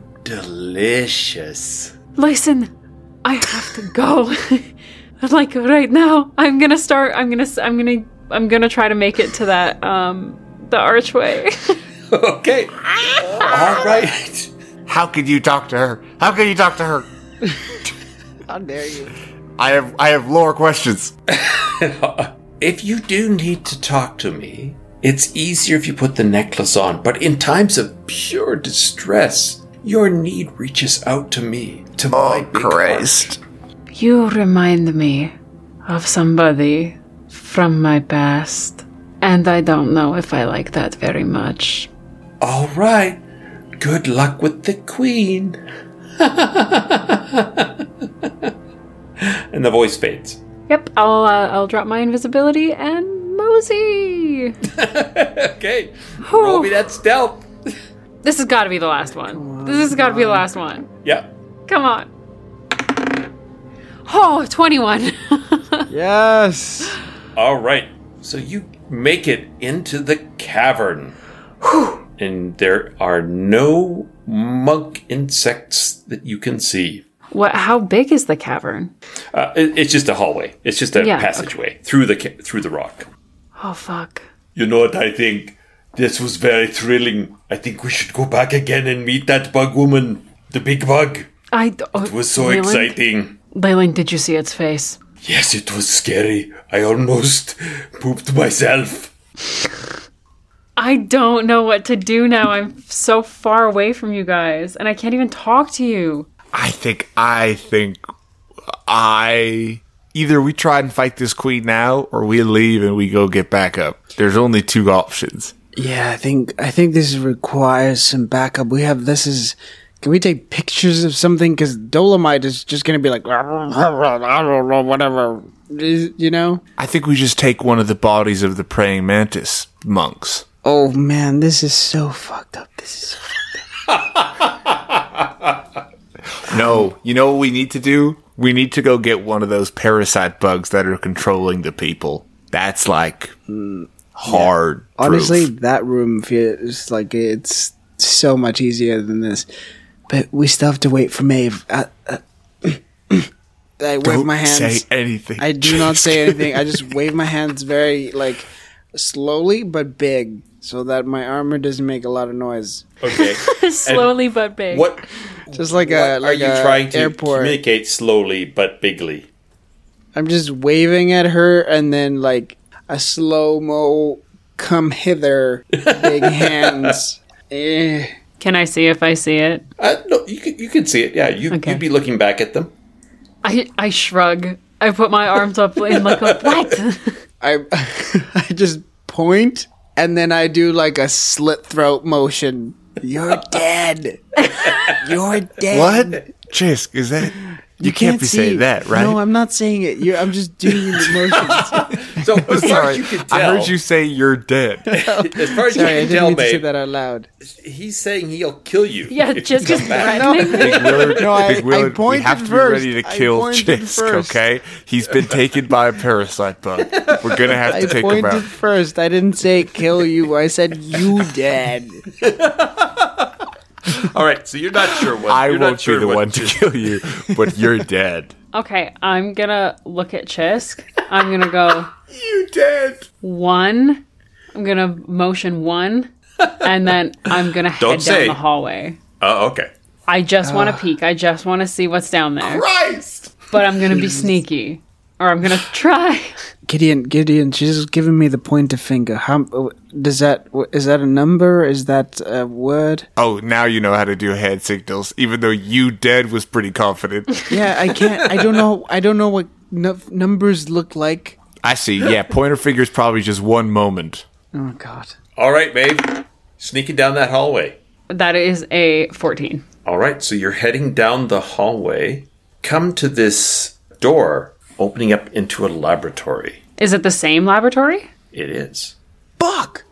C: delicious.
E: no. Listen, I have to go. like right now, I'm gonna start. I'm gonna. s- I'm gonna. I'm gonna try to make it to that um the archway.
C: Okay. All right.
A: How could you talk to her? How could you talk to her?
F: How dare you?
A: I have I have lore questions.
C: If you do need to talk to me, it's easier if you put the necklace on, but in times of pure distress, your need reaches out to me, to my big heart.
E: You remind me of somebody from my past, and I don't know if I like that very much.
C: All right. Good luck with the queen. and the voice fades.
E: Yep, I'll uh, I'll drop my invisibility and mosey.
C: Okay. Roll me that stealth.
E: This has got to be the last one. This has got to be the last one.
C: Yeah.
E: Come on. Oh, 21.
F: Yes.
C: All right. So you make it into the cavern. And there are no monk insects that you can see.
E: what how big is the cavern?
C: Uh, it- it's just a hallway. It's just a
E: Yeah, okay.
C: passageway through the ca- through the rock.
E: Oh fuck.
C: You know what I think? This was very thrilling. I think we should go back again and meet that bug woman, the big bug.
E: I d- oh,
C: It was so
E: Leyland?
C: exciting.
E: Leyland, did you see its face?
C: Yes, it was scary. I almost pooped myself.
E: I don't know what to do now. I'm so far away from you guys and I can't even talk to you.
A: I think I think I either we try and fight this queen now or we leave and we go get back up. There's only two options.
F: Yeah, I think I think this requires some backup. We have this is Can we take pictures of something? Because Dolomite is just going to be like, whatever, Is- you know?
D: I think we just take one of the bodies of the praying mantis monks.
F: Oh man, this is so fucked up. This is.
D: No, you know what we need to do? We need to go get one of those parasite bugs that are controlling the people. That's like hard.
F: Honestly,
D: proof.
F: that room feels like it's so much easier than this. But we still have to wait for Maeve. I, I, I wave
D: Don't
F: my hands.
D: Say anything.
F: I do not say anything. I just wave my hands very like slowly but big, so that my armor doesn't make a lot of noise.
I: Okay.
E: Slowly but big.
I: What,
F: Just like
I: what
F: a
I: are
F: like
I: you
F: a
I: trying to
F: airport.
I: communicate slowly but bigly?
F: I'm just waving at her, and then like a slow mo come hither, big hands. Eh.
E: Can I see if I see it?
I: Uh, no, you can, you can see it. Yeah, you,
E: Okay.
I: you'd be looking back at them.
E: I I shrug. I put my arms up and like a, what?
F: I I just point and then I do like a slit throat motion. You're dead. You're dead.
D: what? Chisk, is that? You, can't, be
F: see-
D: saying that, right?
F: No, I'm not saying it. You're, I'm just doing the motions.
I: So as far
D: Sorry,
I: as you can tell,
D: I heard you say you're dead.
I: as far as
F: Sorry, I
I: you can
F: didn't
I: tell,
F: mean to say
I: babe,
F: that out loud.
I: he's saying he'll kill you.
E: yeah,
I: if you
E: just just
I: come back.
E: threatening. me?
D: Willard,
F: No, I-
D: Big
F: I
D: Willard, we
F: pointed
D: have to
F: first.
D: be ready to
F: I
D: kill
F: pointed
D: Chisk,
F: first.
D: okay? He's been taken by a parasite bug. We're going to have to
F: I
D: take him out.
F: pointed first. I didn't say kill you. I said you dead.
I: All right, so you're not sure what.
D: I
I: you're not
D: won't
I: sure
D: be the
I: what
D: one to
I: just-
D: kill you, but you're dead.
E: Okay, I'm gonna look at Chisk. I'm gonna go
D: you dead.
E: one. I'm gonna motion one, and then I'm gonna head
I: Don't
E: down
I: say.
E: the hallway.
I: Oh, okay.
E: I just want to peek. I just want to see what's down there.
I: Christ!
E: But I'm gonna be sneaky, or I'm gonna try.
F: Gideon, Gideon, she's giving me the pointer finger. How does that? Is that a number? Is that a word?
D: Oh, now you know how to do hand signals, even though you dead was pretty confident.
F: Yeah, I can't. I don't know. I don't know what nu- numbers look like.
D: I see. Yeah, pointer finger's probably just one moment.
F: Oh God.
I: All right, babe. Sneaking down that hallway.
E: That is a 14.
I: All right, so you're heading down the hallway. Come to this door opening up into a laboratory.
E: Is it the same laboratory?
I: It is.
F: Fuck.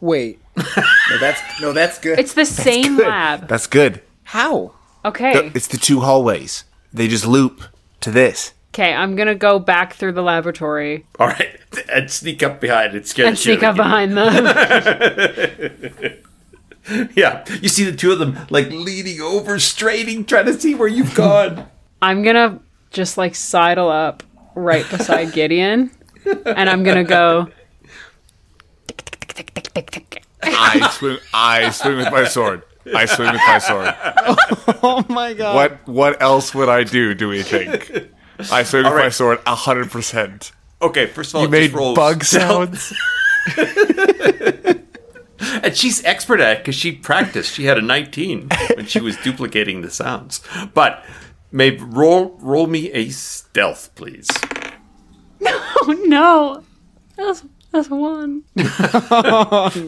F: Wait.
J: No, that's no, that's good.
E: It's the same lab.
D: That's good.
F: How?
E: Okay.
D: It's the two hallways. They just loop to this.
E: Okay, I'm gonna go back through the laboratory
I: All right, and sneak up behind and scare
E: and
I: the shit
E: sneak
I: out
E: up
I: of you.
E: behind them.
I: Yeah, you see the two of them like leaning over, straining, trying to see where you've gone.
E: I'm gonna just like sidle up right beside Gideon, and I'm gonna go. "Tick, tick, tick, tick, tick, tick, tick."
D: I swing. I swing with my sword. I swing with my sword.
F: Oh my God.
D: What? What else would I do? Do we think? I swing with my
I: right.
D: sword. hundred percent.
I: Okay, first of all,
D: You
I: just
D: made
I: roll
D: bug
I: stealth.
D: sounds.
I: and she's expert at it because she practiced. She had a 19 when she was duplicating the sounds. But Mabe, roll roll me a stealth, please.
E: Oh no, that's that's one.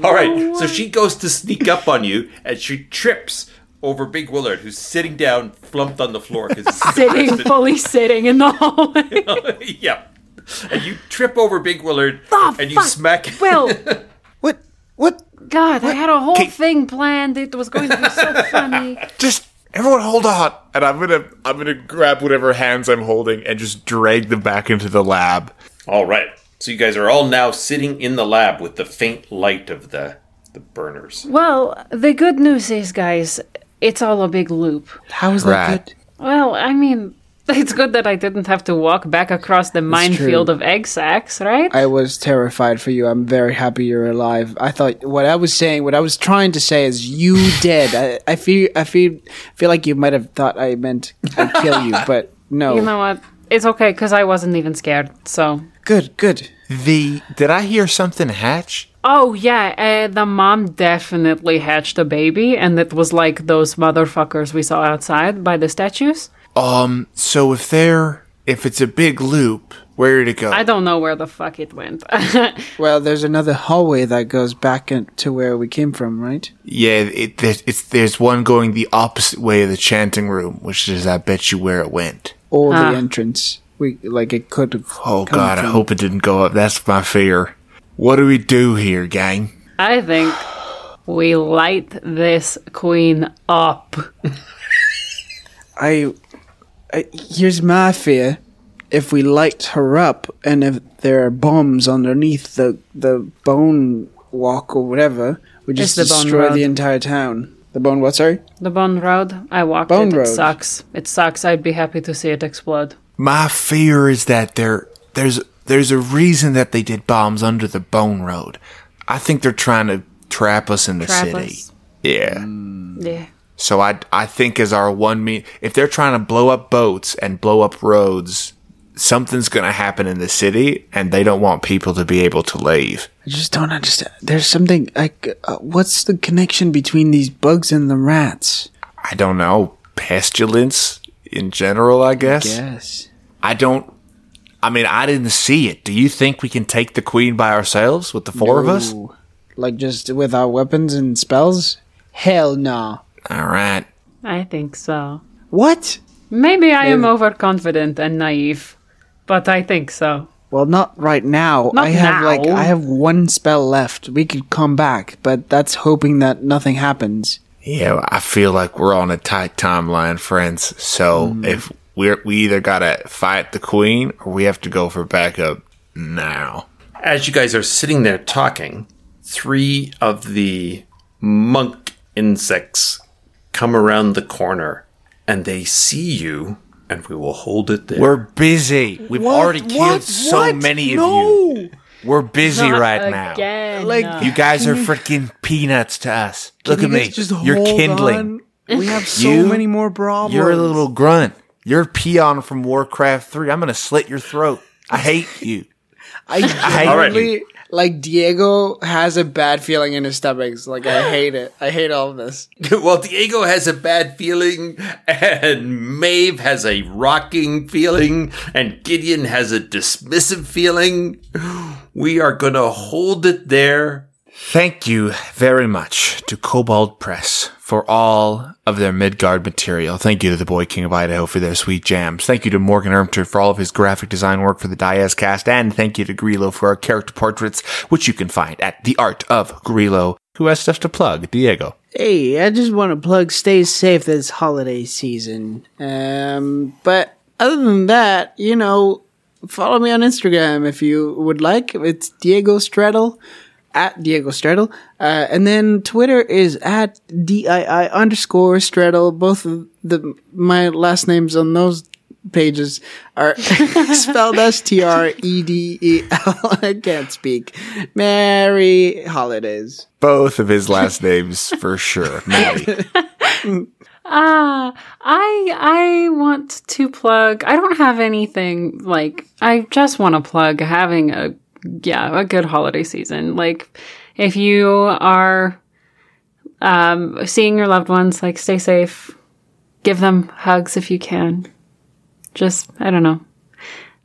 I: All right, so she goes to sneak up on you, and she trips over Big Willard, who's sitting down, flumped on the floor because
E: Sitting, fully sitting in the hallway.
I: yeah. And you trip over Big Willard,
E: Oh,
I: and you
E: fuck.
I: smack.
E: Will,
F: What? What?
E: God, I had a whole thing planned. It was going to be so funny.
D: Just everyone, hold on. And I'm gonna. I'm gonna grab whatever hands I'm holding and just drag them back into the lab.
I: All right. So you guys are all now sitting in the lab with the faint light of the the burners.
E: Well, the good news is, guys, it's all a big loop.
F: How is
D: Right.
F: that good?
E: Well, I mean, it's good that I didn't have to walk back across the minefield of egg sacs, right?
F: I was terrified for you. I'm very happy you're alive. I thought what I was saying, what I was trying to say, is you dead. I, I feel, I feel, feel like you might have thought I meant I'd kill you, but no.
E: you know what? It's okay because I wasn't even scared. So.
F: good, good.
D: The did I hear something hatch?
E: Oh yeah, uh, the mom definitely hatched a baby, and it was like those motherfuckers we saw outside by the statues.
D: Um. So if they're If it's a big loop, where did it go?
E: I don't know where the fuck it went.
F: Well, there's another hallway that goes back in, to where we came from, right?
D: yeah, it, there's, it's, there's one going the opposite way of the chanting room, which is, I bet you, where it went.
F: Or
E: Ah.
F: the entrance. We like it could have.
D: Oh,
F: come
D: God, I
F: from-
D: hope it didn't go up. That's my fear. What do we do here, gang?
E: I think we light this queen up.
F: I, I here's my fear: if we light her up, and if there are bombs underneath the the bone walk or whatever, we just
E: the bone
F: destroy
E: road.
F: the entire town. The bone what? Sorry.
E: The Bone Road, I walked
F: Bone
E: it.
F: Road.
E: It sucks. It sucks. I'd be happy to see it explode.
D: My fear is that there there's there's a reason that they did bombs under the Bone Road. I think they're trying to trap us in the
E: Trap
D: city.
E: us. Mm.
D: Yeah.
E: Yeah.
D: So I I think as our one me if they're trying to blow up boats and blow up roads, something's going to happen in the city and they don't want people to be able to leave.
F: I just don't understand. There's something like, uh, what's the connection between these bugs and the rats?
D: I don't know, pestilence in general, I guess.
F: Yes.
D: I don't I mean, I didn't see it. Do you think we can take the queen by ourselves with the four of us?
F: Like just with our weapons and spells? Hell no.
D: All right.
E: I think so.
F: What?
E: Maybe I am overconfident and naive, but I think so.
F: Well, not right now.
E: Not
F: I have like
E: now.
F: I have one spell left. We could come back, but that's hoping that nothing happens.
D: Yeah, I feel like we're on a tight timeline, friends. So
F: Mm.
D: if we're we either gotta fight the queen or we have to go for backup now.
I: As you guys are sitting there talking, three of the monk insects come around the corner and they see you, and we will hold it there.
D: We're busy. We've already killed so many of you. We're busy right now.
E: Again.
F: Like
E: no.
D: You guys are freaking peanuts to us. Look at
F: You guys
D: me. You're
F: hold
D: kindling.
F: on. We have so
D: You-
F: many more problems.
D: You're a little grunt. You're a peon from Warcraft 3. I'm gonna slit your throat. I hate you.
F: I genuinely like Diego has a bad feeling in his stomach. Like I hate it. I hate all of this.
I: well, Diego has a bad feeling, and Maeve has a rocking feeling, and Gideon has a dismissive feeling. We are going to hold it there.
D: Thank you very much to Cobalt Press for all of their Midgard material. Thank you to the Boy King of Idaho for their sweet jams. Thank you to Morgan Ermter for all of his graphic design work for the Diaz cast. And thank you to Grillo for our character portraits, which you can find at The Art of Grillo, who has stuff to plug. Diego.
F: Hey, I just want to plug stay safe this holiday season. Um, but other than that, you know, follow me on Instagram if you would like. It's Diego Straddle, at Diego Straddle. Uh, and then Twitter is at DII underscore Straddle. Both of the, my last names on those pages are spelled S T R E D E L. I can't speak. Merry holidays.
D: Both of his last names for sure. Maddie.
E: Ah, I I want to plug. I don't have anything like I just want to plug having a yeah, a good holiday season. Like if you are um seeing your loved ones, like stay safe. Give them hugs if you can. Just I don't know.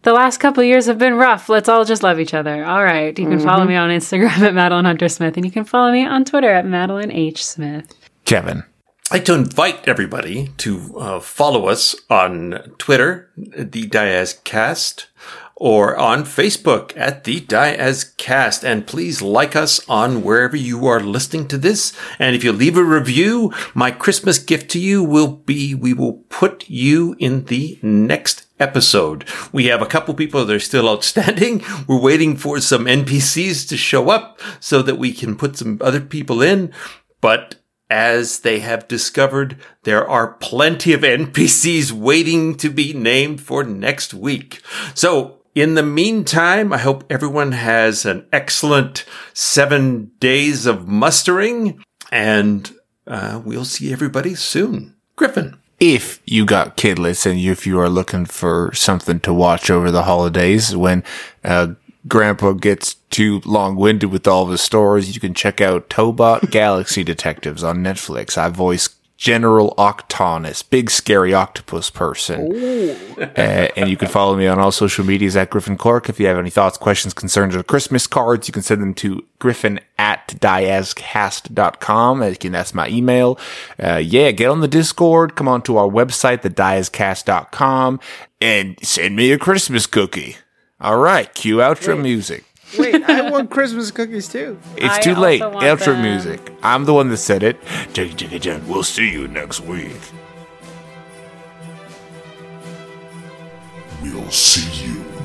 E: The last couple of years have been rough. Let's all just love each other. All right. You can follow me on Instagram at Madeline Hunter Smith and you can follow me on Twitter at Madeline H. Smith.
D: Kevin.
I: I'd like to invite everybody to uh, follow us on Twitter, The Diaz Cast, or on Facebook at The Diaz Cast. And please like us on wherever you are listening to this. And if you leave a review, my Christmas gift to you will be we will put you in the next episode. We have a couple people that are still outstanding. We're waiting for some NPCs to show up so that we can put some other people in. But as they have discovered, there are plenty of NPCs waiting to be named for next week. So in the meantime, I hope everyone has an excellent seven days of mustering and uh, we'll see everybody soon. Griffin.
D: if you got kidless and you, if you are looking for something to watch over the holidays when uh, grandpa gets too long-winded with all of his stories you can check out tobot galaxy detectives on netflix i voice General Octonus, big scary octopus person. Uh, and you can follow me on all social medias at Griffin Clark. If you have any thoughts, questions, concerns, or Christmas cards, you can send them to griffin at diazcast.com. Again, that's my email. Uh, yeah, get on the Discord. Come on to our website, thediazcast.com, and send me a Christmas cookie. All right, cue outro music.
F: Wait, I want Christmas cookies too.
D: It's
E: I
D: too
E: also
D: late.
E: want
D: Outro
E: them.
D: music. I'm the one that said it. Jiggy, jiggy, jig. We'll see you next week.
B: We'll see you